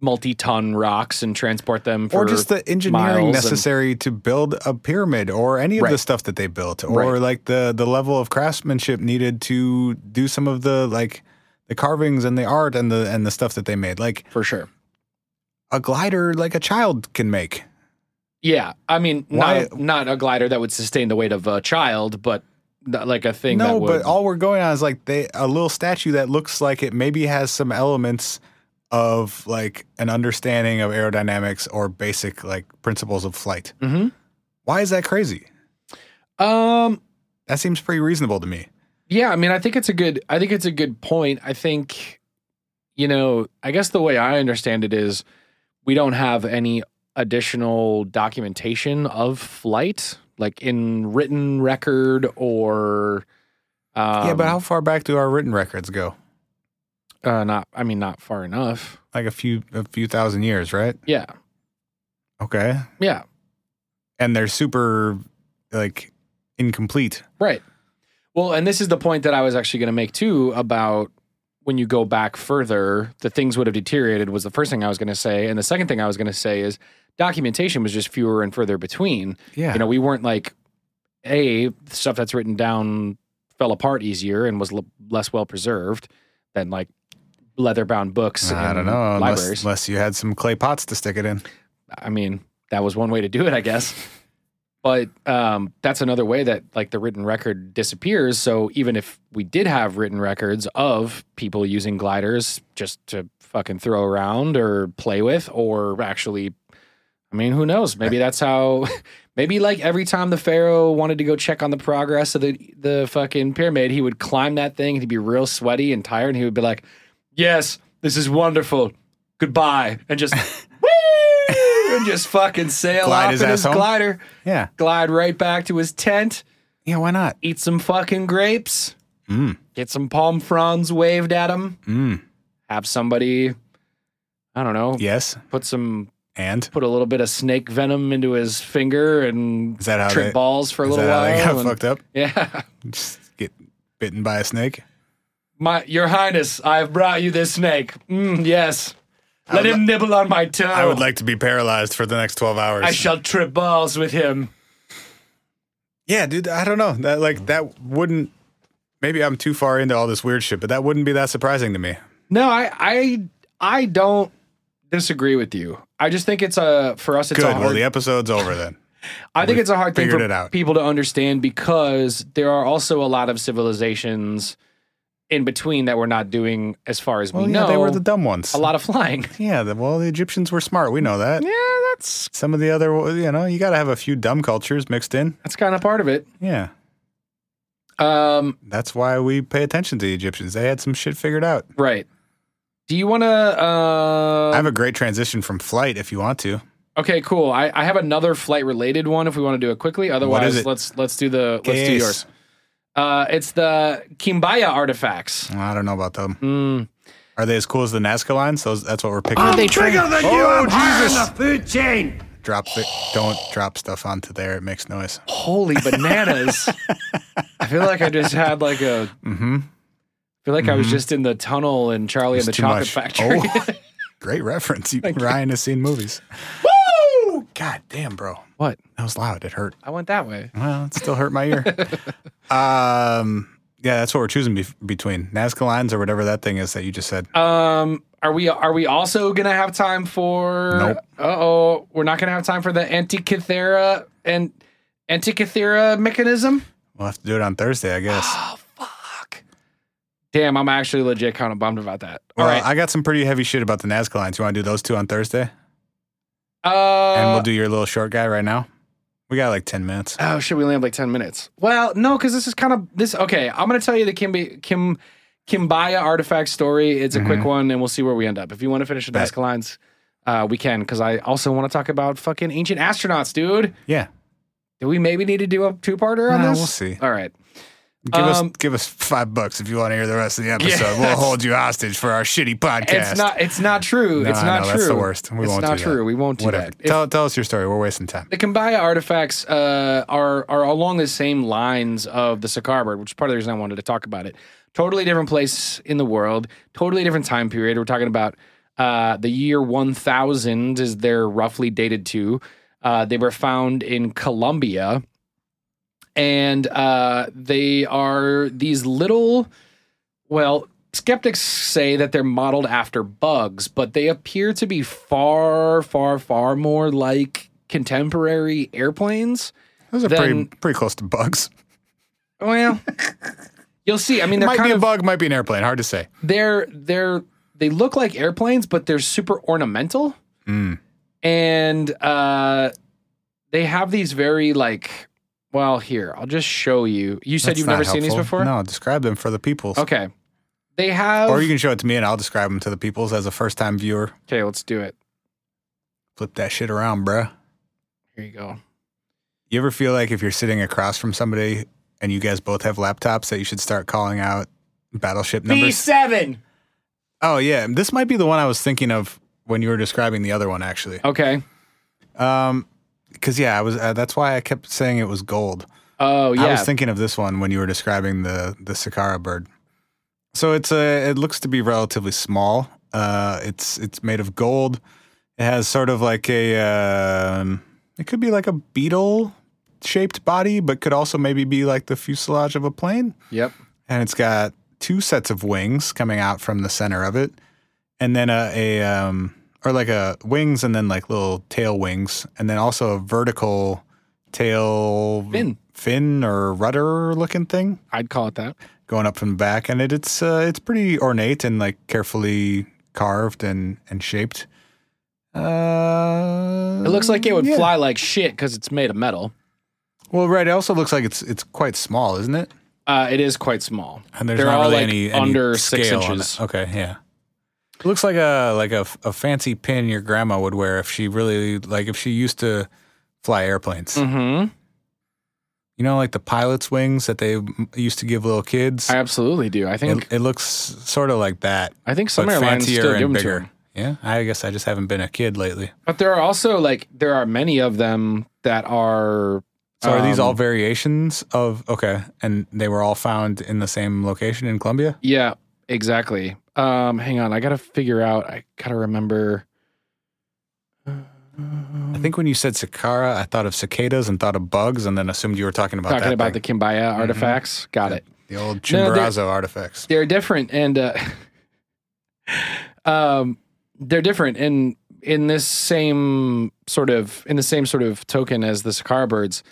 Speaker 1: multi-ton rocks and transport them for
Speaker 3: or just the engineering
Speaker 1: miles and-
Speaker 3: necessary to build a pyramid or any of the
Speaker 1: Right.
Speaker 3: stuff that they built or
Speaker 1: Right.
Speaker 3: like the the level of craftsmanship needed to do some of the like the carvings and the art and the and the stuff that they made like
Speaker 1: for sure.
Speaker 3: a glider like a child can make
Speaker 1: Yeah, I mean,
Speaker 3: Why-
Speaker 1: not not a glider that would sustain the weight of a child, but th- like a thing
Speaker 3: no
Speaker 1: that would.
Speaker 3: but all we're going on is like they a little statue that looks like it maybe has some elements of like an understanding of aerodynamics or basic like principles of flight
Speaker 1: Mhm.
Speaker 3: why is that crazy
Speaker 1: Um.
Speaker 3: that seems pretty reasonable to me
Speaker 1: Yeah, I mean, I think it's a good. I think it's a good point. I think, you know, I guess the way I understand it is, we don't have any additional documentation of flight, like in written record or. Um,
Speaker 3: yeah but how far back do our written records go
Speaker 1: uh, not. I mean, not far enough.
Speaker 3: like a few a few thousand years, right?
Speaker 1: Yeah.
Speaker 3: Okay.
Speaker 1: Yeah.
Speaker 3: And they're super like incomplete.
Speaker 1: Right. Well, and this is the point that I was actually going to make too about when you go back further, the things would have deteriorated was the first thing I was going to say, and the second thing I was going to say is documentation was just fewer and further between.
Speaker 3: Yeah.
Speaker 1: You know, we weren't like a the stuff that's written down fell apart easier and was l- less well preserved than like leather-bound books.
Speaker 3: I
Speaker 1: and
Speaker 3: don't know. Unless,
Speaker 1: Libraries.
Speaker 3: unless you had some clay pots to stick it in.
Speaker 1: I mean, that was one way to do it, I guess. But um, that's another way that like the written record disappears. So even if we did have written records of people using gliders just to fucking throw around or play with, or actually, I mean, who knows? Maybe that's how. Maybe like every time the pharaoh wanted to go check on the progress of the the fucking pyramid, he would climb that thing and he'd be real sweaty and tired, and he would be like, "Yes, this is wonderful. Goodbye," and just. woo, And just fucking sail
Speaker 3: Glide
Speaker 1: off
Speaker 3: his
Speaker 1: in
Speaker 3: ass
Speaker 1: his
Speaker 3: home?
Speaker 1: glider,
Speaker 3: Yeah.
Speaker 1: glide right back to his tent,
Speaker 3: Yeah, why not?
Speaker 1: eat some fucking grapes,
Speaker 3: Mm.
Speaker 1: get some palm fronds waved at him,
Speaker 3: Mm.
Speaker 1: have somebody, I don't know,
Speaker 3: Yes.
Speaker 1: put some,
Speaker 3: And
Speaker 1: put a little bit of snake venom into his finger and
Speaker 3: Is that how
Speaker 1: trip
Speaker 3: they-
Speaker 1: balls for a
Speaker 3: is
Speaker 1: little
Speaker 3: that how they got
Speaker 1: while. and-
Speaker 3: fucked up?
Speaker 1: yeah.
Speaker 3: Just get bitten by a snake.
Speaker 1: My, Your Highness, I have brought you this snake. Mm, yes. Let
Speaker 3: would
Speaker 1: him nibble on my toe.
Speaker 3: I would like to be paralyzed for the next twelve hours.
Speaker 1: I shall trip balls with him.
Speaker 3: yeah, dude. I don't know. That like that wouldn't. Maybe I'm too far into all this weird shit, but that wouldn't be that surprising to me.
Speaker 1: No, I I I don't disagree with you. I just think it's a for us it's a
Speaker 3: Good.
Speaker 1: hard
Speaker 3: Well, the episode's over then.
Speaker 1: I think it's a hard thing
Speaker 3: figured
Speaker 1: for
Speaker 3: it out.
Speaker 1: people to understand because there are also a lot of civilizations in between that we're not doing as far as
Speaker 3: Well,
Speaker 1: we
Speaker 3: yeah,
Speaker 1: know.
Speaker 3: they were the dumb ones.
Speaker 1: a lot of flying.
Speaker 3: Yeah, the, well, the Egyptians were smart. We know that.
Speaker 1: yeah, that's
Speaker 3: Some of the other, you know, you got to have a few dumb cultures mixed in.
Speaker 1: that's kind of part of it.
Speaker 3: Yeah.
Speaker 1: Um,
Speaker 3: That's why we pay attention to the Egyptians. They had some shit figured out.
Speaker 1: right. Do you want to? Uh,
Speaker 3: I have a great transition from flight if you want to.
Speaker 1: okay, cool. I, I have another flight related one if we want to do it quickly. Otherwise,
Speaker 3: it?
Speaker 1: let's let's do the let's do
Speaker 3: Yes.
Speaker 1: yours. Uh, it's the Kimbaya artifacts.
Speaker 3: I don't know about them.
Speaker 1: Mm.
Speaker 3: Are they as cool as the Nazca lines? Those, that's what we're picking.
Speaker 2: Are
Speaker 3: up.
Speaker 2: they trying?
Speaker 3: oh Jesus! Drop it. Don't drop stuff onto there. It makes noise.
Speaker 1: holy bananas. I feel like I just had like a. I
Speaker 3: Mm-hmm.
Speaker 1: feel like I was just in the tunnel in Charlie and the
Speaker 3: It's too
Speaker 1: Chocolate
Speaker 3: much.
Speaker 1: Factory.
Speaker 3: Oh. Great reference. You, Ryan has seen movies. Woo! God damn, bro.
Speaker 1: what?
Speaker 3: That was loud. It hurt.
Speaker 1: I went that way.
Speaker 3: Well, it still hurt my ear. um, yeah, that's what we're choosing bef between Nazca lines or whatever that thing is that you just said.
Speaker 1: Um, are we? Are we also gonna have time for?
Speaker 3: Nope.
Speaker 1: Uh oh, we're not gonna have time for the Antikythera and Antikythera mechanism.
Speaker 3: We'll have to do it on Thursday, I guess.
Speaker 1: Oh fuck! Damn, I'm actually legit kind of bummed about that. All
Speaker 3: Well,
Speaker 1: right.
Speaker 3: I got some pretty heavy shit about the Nazca lines. You want to do those two on Thursday?
Speaker 1: uh,
Speaker 3: and we'll do your little short guy right now. We got like 10 minutes.
Speaker 1: Oh shit, we only have like ten minutes. Well, no, because this is kind of this. Okay, I'm gonna tell you the Kimby Kim Kimbaya artifact story. It's a quick one, and we'll see where we end up. If you want to finish the
Speaker 3: Mm-hmm. Bet.
Speaker 1: Nazca lines, uh, we can. Because I also want to talk about fucking ancient astronauts, dude.
Speaker 3: Yeah.
Speaker 1: Do we maybe need to do a two parter on
Speaker 3: Nah,
Speaker 1: this?
Speaker 3: we'll see.
Speaker 1: All right.
Speaker 3: Give
Speaker 1: Um,
Speaker 3: us give us five bucks if you want to hear the rest of the episode. we'll
Speaker 1: that's-
Speaker 3: hold you hostage for our shitty podcast.
Speaker 1: It's not. It's not true.
Speaker 3: No,
Speaker 1: it's not
Speaker 3: no,
Speaker 1: true.
Speaker 3: That's the worst. We
Speaker 1: it's
Speaker 3: won't
Speaker 1: not
Speaker 3: do that.
Speaker 1: true. We won't do
Speaker 3: Whatever.
Speaker 1: that. If-
Speaker 3: Tell, tell us your story. We're wasting time.
Speaker 1: The Kambaya artifacts uh, are are along the same lines of the Saqqara bird, which is part of the reason I wanted to talk about it. Totally different place in the world, totally different time period. We're talking about uh, the year 1000 is they're roughly dated to. Uh, they were found in Colombia, and uh, they are these little. Well, skeptics say that they're modeled after bugs, but they appear to be far, far, far more like contemporary airplanes.
Speaker 3: Those are pretty
Speaker 1: then-
Speaker 3: pretty close to bugs.
Speaker 1: Well, you'll see. I mean, they're
Speaker 3: Might
Speaker 1: kind
Speaker 3: be a
Speaker 1: of
Speaker 3: bug, might be an airplane. Hard to say.
Speaker 1: they're they're they look like airplanes, but they're super ornamental,
Speaker 3: Mm.
Speaker 1: and uh, they have these very like. Well, here I'll just show you. You said
Speaker 3: That's
Speaker 1: you've
Speaker 3: not
Speaker 1: never seen these
Speaker 3: helpful.
Speaker 1: before.
Speaker 3: No, describe them for the peoples.
Speaker 1: Okay, they have.
Speaker 3: Or you can show it to me and I'll describe them to the peoples as a first time viewer.
Speaker 1: okay, let's do it.
Speaker 3: Flip that shit around, bruh.
Speaker 1: Here you go.
Speaker 3: You ever feel like if you're sitting across from somebody and you guys both have laptops that you should start calling out battleship numbers?
Speaker 1: seven.
Speaker 3: Oh yeah, this might be the one I was thinking of when you were describing the other one actually.
Speaker 1: Okay.
Speaker 3: Um cuz yeah, I was uh, that's why I kept saying it was gold.
Speaker 1: Oh yeah.
Speaker 3: I was thinking of this one when you were describing the the Sakara bird. So it's a it looks to be relatively small. Uh, it's it's made of gold. It has sort of like a um, it could be like a beetle shaped body, but could also maybe be like the fuselage of a plane.
Speaker 1: yep.
Speaker 3: And it's got two sets of wings coming out from the center of it, and then a, a um, or like a wings and then like little tail wings, and then also a vertical tail
Speaker 1: Fin.
Speaker 3: fin or rudder looking thing
Speaker 1: I'd call it that.
Speaker 3: going up from the back, and it, it's uh, it's pretty ornate and like carefully carved and and shaped. Uh,
Speaker 1: It looks like it would
Speaker 3: yeah.
Speaker 1: fly like shit because it's made of metal.
Speaker 3: Well, right. It also looks like it's it's quite small, isn't it?
Speaker 1: Uh, it is quite small.
Speaker 3: And there's
Speaker 1: They're
Speaker 3: not
Speaker 1: all,
Speaker 3: really
Speaker 1: like,
Speaker 3: any, any
Speaker 1: under six
Speaker 3: scale on
Speaker 1: inches.
Speaker 3: it. Okay, yeah. It looks like a like a, a fancy pin your grandma would wear if she really like if she used to fly airplanes.
Speaker 1: Mm-hmm.
Speaker 3: You know, like the pilot's wings that they m- used to give little kids.
Speaker 1: I absolutely do. I think
Speaker 3: it, it looks sort of like that,
Speaker 1: I think some
Speaker 3: but
Speaker 1: airlines
Speaker 3: fancier
Speaker 1: still
Speaker 3: and
Speaker 1: give them to
Speaker 3: bigger.
Speaker 1: 'em.
Speaker 3: Yeah, I guess I just haven't been a kid lately.
Speaker 1: But there are also like there are many of them that are.
Speaker 3: So are these
Speaker 1: um,
Speaker 3: all variations of okay? And they were all found in the same location in Colombia.
Speaker 1: Yeah, exactly. Um, hang on, I gotta figure out. I gotta remember.
Speaker 3: I think when you said Sakara, I thought of cicadas and thought of bugs, and then assumed you were talking about
Speaker 1: talking
Speaker 3: that Mm-hmm.
Speaker 1: about
Speaker 3: thing.
Speaker 1: the Kimbaya artifacts. Got it.
Speaker 3: the old
Speaker 1: No, they're-
Speaker 3: Chimborazo artifacts.
Speaker 1: they're different and uh um they're different and in this same sort of in the same sort of token as the Sakara birds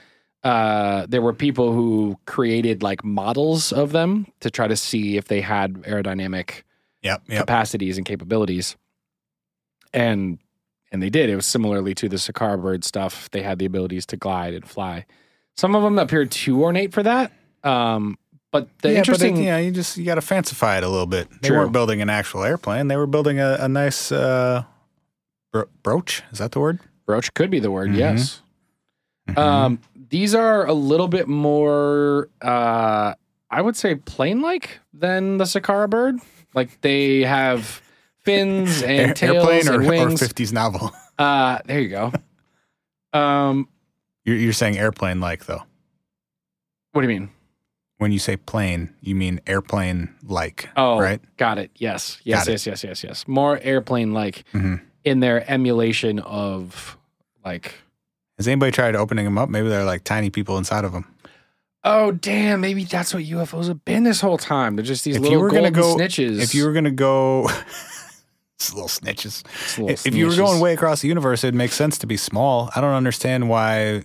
Speaker 1: uh there were people who created like models of them to try to see if they had aerodynamic
Speaker 3: Yep, yep.
Speaker 1: capacities and capabilities and and they did it was similarly to the Sakara bird stuff they had the abilities to glide and fly some of them appear too ornate for that um But the
Speaker 3: yeah,
Speaker 1: interesting,
Speaker 3: but it, yeah, you just you got to fancify it a little bit. They
Speaker 1: True.
Speaker 3: weren't building an actual airplane; they were building a, a nice uh, bro- brooch. Is that the word?
Speaker 1: Roach could be the word.
Speaker 3: Mm-hmm.
Speaker 1: Yes. Um, these are a little bit more, uh, I would say, plane-like than the Sakara bird. Like they have fins and
Speaker 3: Air-
Speaker 1: tails
Speaker 3: or,
Speaker 1: and
Speaker 3: or
Speaker 1: wings.
Speaker 3: fifties novel?
Speaker 1: uh, there you go. Um,
Speaker 3: You're, you're saying airplane like though.
Speaker 1: what do you mean?
Speaker 3: When you say plane, you mean airplane like,
Speaker 1: Oh,
Speaker 3: right?
Speaker 1: Got it. Yes. Yes.
Speaker 3: Got it.
Speaker 1: yes. Yes. Yes. Yes. More airplane-like
Speaker 3: Mhm.
Speaker 1: in their emulation of like.
Speaker 3: Has anybody tried opening them up? Maybe they're like tiny people inside of them.
Speaker 1: Oh damn! Maybe that's what UFOs have been this whole time. They're just these
Speaker 3: If you
Speaker 1: little
Speaker 3: were gonna
Speaker 1: golden
Speaker 3: go-
Speaker 1: snitches.
Speaker 3: If you were gonna go, it's little snitches.
Speaker 1: It's little
Speaker 3: if you were going
Speaker 1: snitches.
Speaker 3: way across the universe, it'd make sense to be small. I don't understand why.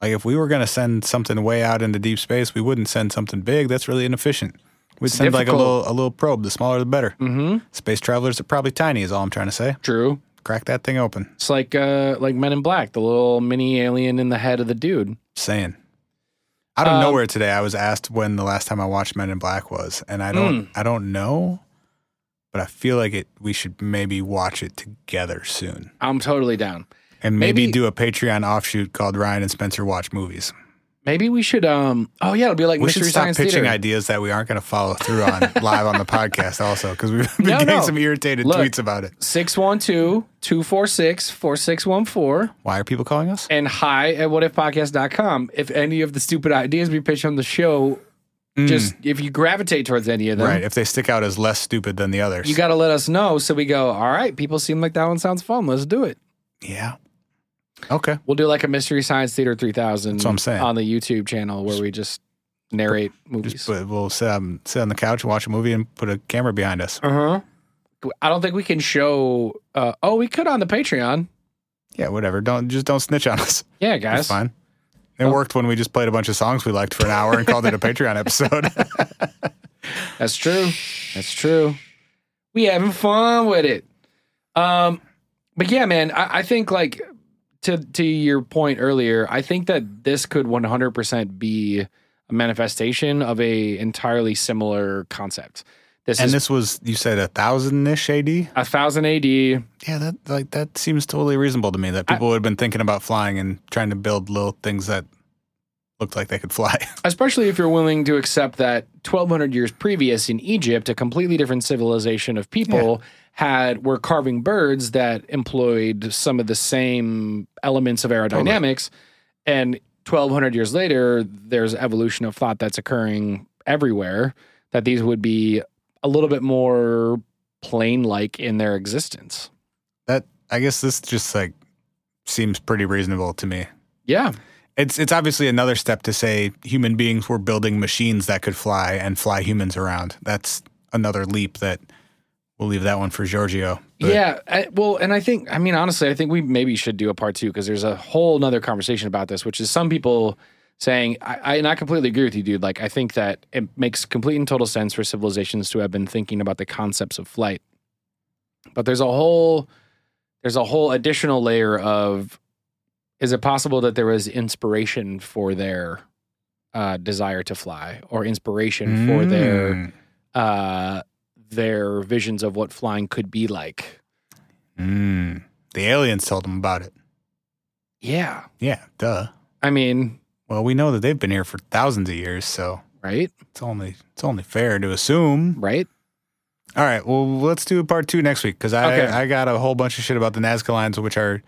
Speaker 3: Like, if we were going to send something way out into deep space, we wouldn't send something big. That's really inefficient. We'd
Speaker 1: It's
Speaker 3: send like a
Speaker 1: difficult.
Speaker 3: little a little probe. The smaller, the better.
Speaker 1: mm-hmm.
Speaker 3: Space travelers are probably tiny. Is all I'm trying to say.
Speaker 1: True.
Speaker 3: Crack that thing open.
Speaker 1: It's like uh like Men in Black, the little mini alien in the head of the dude.
Speaker 3: saying. Out of
Speaker 1: Um,
Speaker 3: nowhere today, I was asked when the last time I watched Men in Black was, and I don't,
Speaker 1: Hmm.
Speaker 3: I don't know, but I feel like it. We should maybe watch it together soon,
Speaker 1: I'm totally down.
Speaker 3: and maybe,
Speaker 1: Maybe-
Speaker 3: do a Patreon offshoot called Ryan and Spencer Watch Movies.
Speaker 1: Maybe we should um oh yeah, it'll be like
Speaker 3: We
Speaker 1: Mystery
Speaker 3: should stop
Speaker 1: Science
Speaker 3: pitching
Speaker 1: Theater.
Speaker 3: ideas that we aren't going to follow through on live on the podcast, also because we've been
Speaker 1: No,
Speaker 3: getting
Speaker 1: no.
Speaker 3: some irritated
Speaker 1: Look.
Speaker 3: tweets about it.
Speaker 1: 612-246-4614
Speaker 3: Why are people calling us?
Speaker 1: and hi at whatifpodcast.com. If any of the stupid ideas we pitch on the show, just if you gravitate towards any of them,
Speaker 3: Hmm. Mm. Right, if they stick out as less stupid than the others,
Speaker 1: you gotta let us know. So we go, all right, people seem like that one sounds fun. Let's do it.
Speaker 3: yeah, okay.
Speaker 1: We'll do like a Mystery Science Theater 3000
Speaker 3: That's what I'm saying.
Speaker 1: on the YouTube channel where we just narrate movies.
Speaker 3: Just put, we'll sit, um, sit on the couch, watch a movie, and put a camera behind us.
Speaker 1: Uh huh. I don't think we can show. Uh, oh, we could on the Patreon.
Speaker 3: Yeah, whatever. Don't just don't snitch on us.
Speaker 1: Yeah,
Speaker 3: That's
Speaker 1: guys.
Speaker 3: fine. It worked when we just played a bunch of songs we liked for an hour and called it a Patreon episode.
Speaker 1: That's true. That's true. We having fun with it. Um, but yeah, man, I, I think like to to your point earlier, I think that this could 100% be a manifestation of a entirely similar concept. This
Speaker 3: and
Speaker 1: is
Speaker 3: this was you said a thousand ish AD. Yeah,
Speaker 1: a thousand AD.
Speaker 3: that like that seems totally reasonable to me. That people would have been thinking about flying and trying to build little things that looked like they could fly.
Speaker 1: Especially if you're willing to accept that 1200 years previous in Egypt, a completely different civilization of people had were carving birds that employed some of the same elements of aerodynamics and 1200 years later there's evolution of thought that's occurring everywhere that these would be a little bit more plain like in their existence.
Speaker 3: that I guess this just like seems pretty reasonable to me.
Speaker 1: Yeah.
Speaker 3: It's it's obviously another step to say human beings were building machines that could fly and fly humans around. That's another leap that we'll leave that one for Giorgio. But-
Speaker 1: Yeah, I, well, and I think I mean honestly, I think we maybe should do a part two because there's a whole nother conversation about this, which is some people saying, I, I and I completely agree with you, dude. Like I think that it makes complete and total sense for civilizations to have been thinking about the concepts of flight, but there's a whole there's a whole additional layer of is it possible that there was inspiration for their uh, desire to fly or inspiration for their
Speaker 3: Mm.
Speaker 1: uh, their visions of what flying could be like.
Speaker 3: Mm. The aliens told them about it.
Speaker 1: Yeah.
Speaker 3: Yeah, duh.
Speaker 1: I mean,
Speaker 3: Well, we know that they've been here for thousands of years, so
Speaker 1: right?
Speaker 3: it's only it's only fair to assume.
Speaker 1: Right?
Speaker 3: All right, well, let's do part two next week because I
Speaker 1: Okay.
Speaker 3: I got a whole bunch of shit about the Nazca lines, which are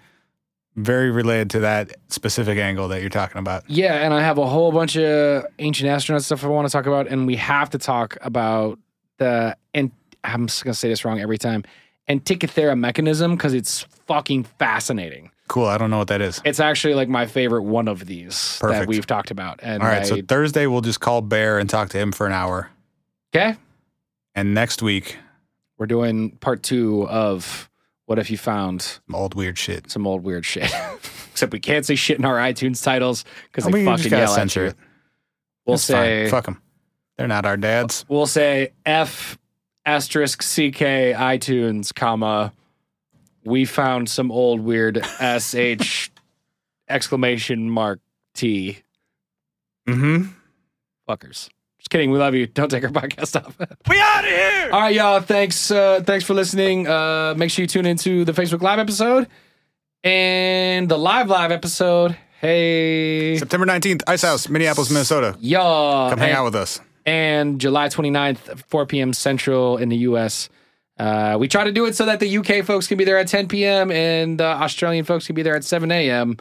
Speaker 3: very related to that specific angle that you're talking about.
Speaker 1: Yeah. And I have a whole bunch of ancient astronaut stuff I want to talk about. And we have to talk about the, and I'm just going to say this wrong every time, Antikythera mechanism because it's fucking fascinating.
Speaker 3: Cool. I don't know what that is.
Speaker 1: It's actually like my favorite one of these that
Speaker 3: Perfect.
Speaker 1: we've talked about. And
Speaker 3: All right,
Speaker 1: I-
Speaker 3: so Thursday we'll just call Bear and talk to him for an hour,
Speaker 1: okay.
Speaker 3: and next week
Speaker 1: We're doing part two of what if you found
Speaker 3: some old weird shit.
Speaker 1: some old weird shit. Except we can't say shit in our iTunes titles because they
Speaker 3: Oh, We just
Speaker 1: fucking
Speaker 3: gotta
Speaker 1: yell at you. We'll
Speaker 3: It's fine.
Speaker 1: say
Speaker 3: fuck them. They're not our dads.
Speaker 1: we'll say F asterisk CK iTunes comma. We found some old weird sh exclamation mark T
Speaker 3: Mm-hmm.
Speaker 1: fuckers. Just kidding. We love you. Don't take our podcast off. we out of here. All right, y'all. Thanks. Uh, thanks for listening. Uh, make sure you tune into the Facebook Live episode and the live live episode. Hey,
Speaker 3: September 19th, Ice House, Minneapolis, Minnesota.
Speaker 1: y'all.
Speaker 3: Come hang
Speaker 1: and,
Speaker 3: out with us.
Speaker 1: And July 29th, 4 p.m. Central in the U.S. Uh, we try to do it so that the UK folks can be there at 10 p.m. and uh, Australian folks can be there at 7 a.m.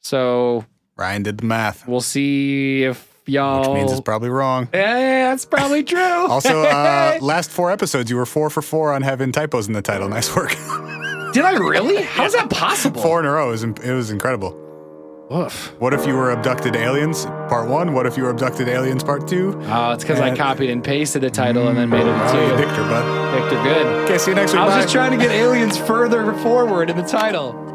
Speaker 1: So
Speaker 3: Ryan did the math, which
Speaker 1: we'll see if y'all.
Speaker 3: means it's probably wrong.
Speaker 1: Yeah, that's probably true.
Speaker 3: Also, uh, last four episodes, you were four for four on having typos in the title. Nice work.
Speaker 1: did I really? How's that possible?
Speaker 3: four in a row. It was, it was incredible.
Speaker 1: Woof.
Speaker 3: What if you were abducted aliens, part one? What if you were abducted aliens, part two?
Speaker 1: Oh, it's because I
Speaker 3: Uh,
Speaker 1: copied and Mm. pasted the title and then made it
Speaker 3: Wow, you
Speaker 1: a two.
Speaker 3: dicked her, bud.
Speaker 1: Victor, good.
Speaker 3: Okay, see you next week.
Speaker 1: I was
Speaker 3: Bye.
Speaker 1: just trying to get aliens further forward in the title.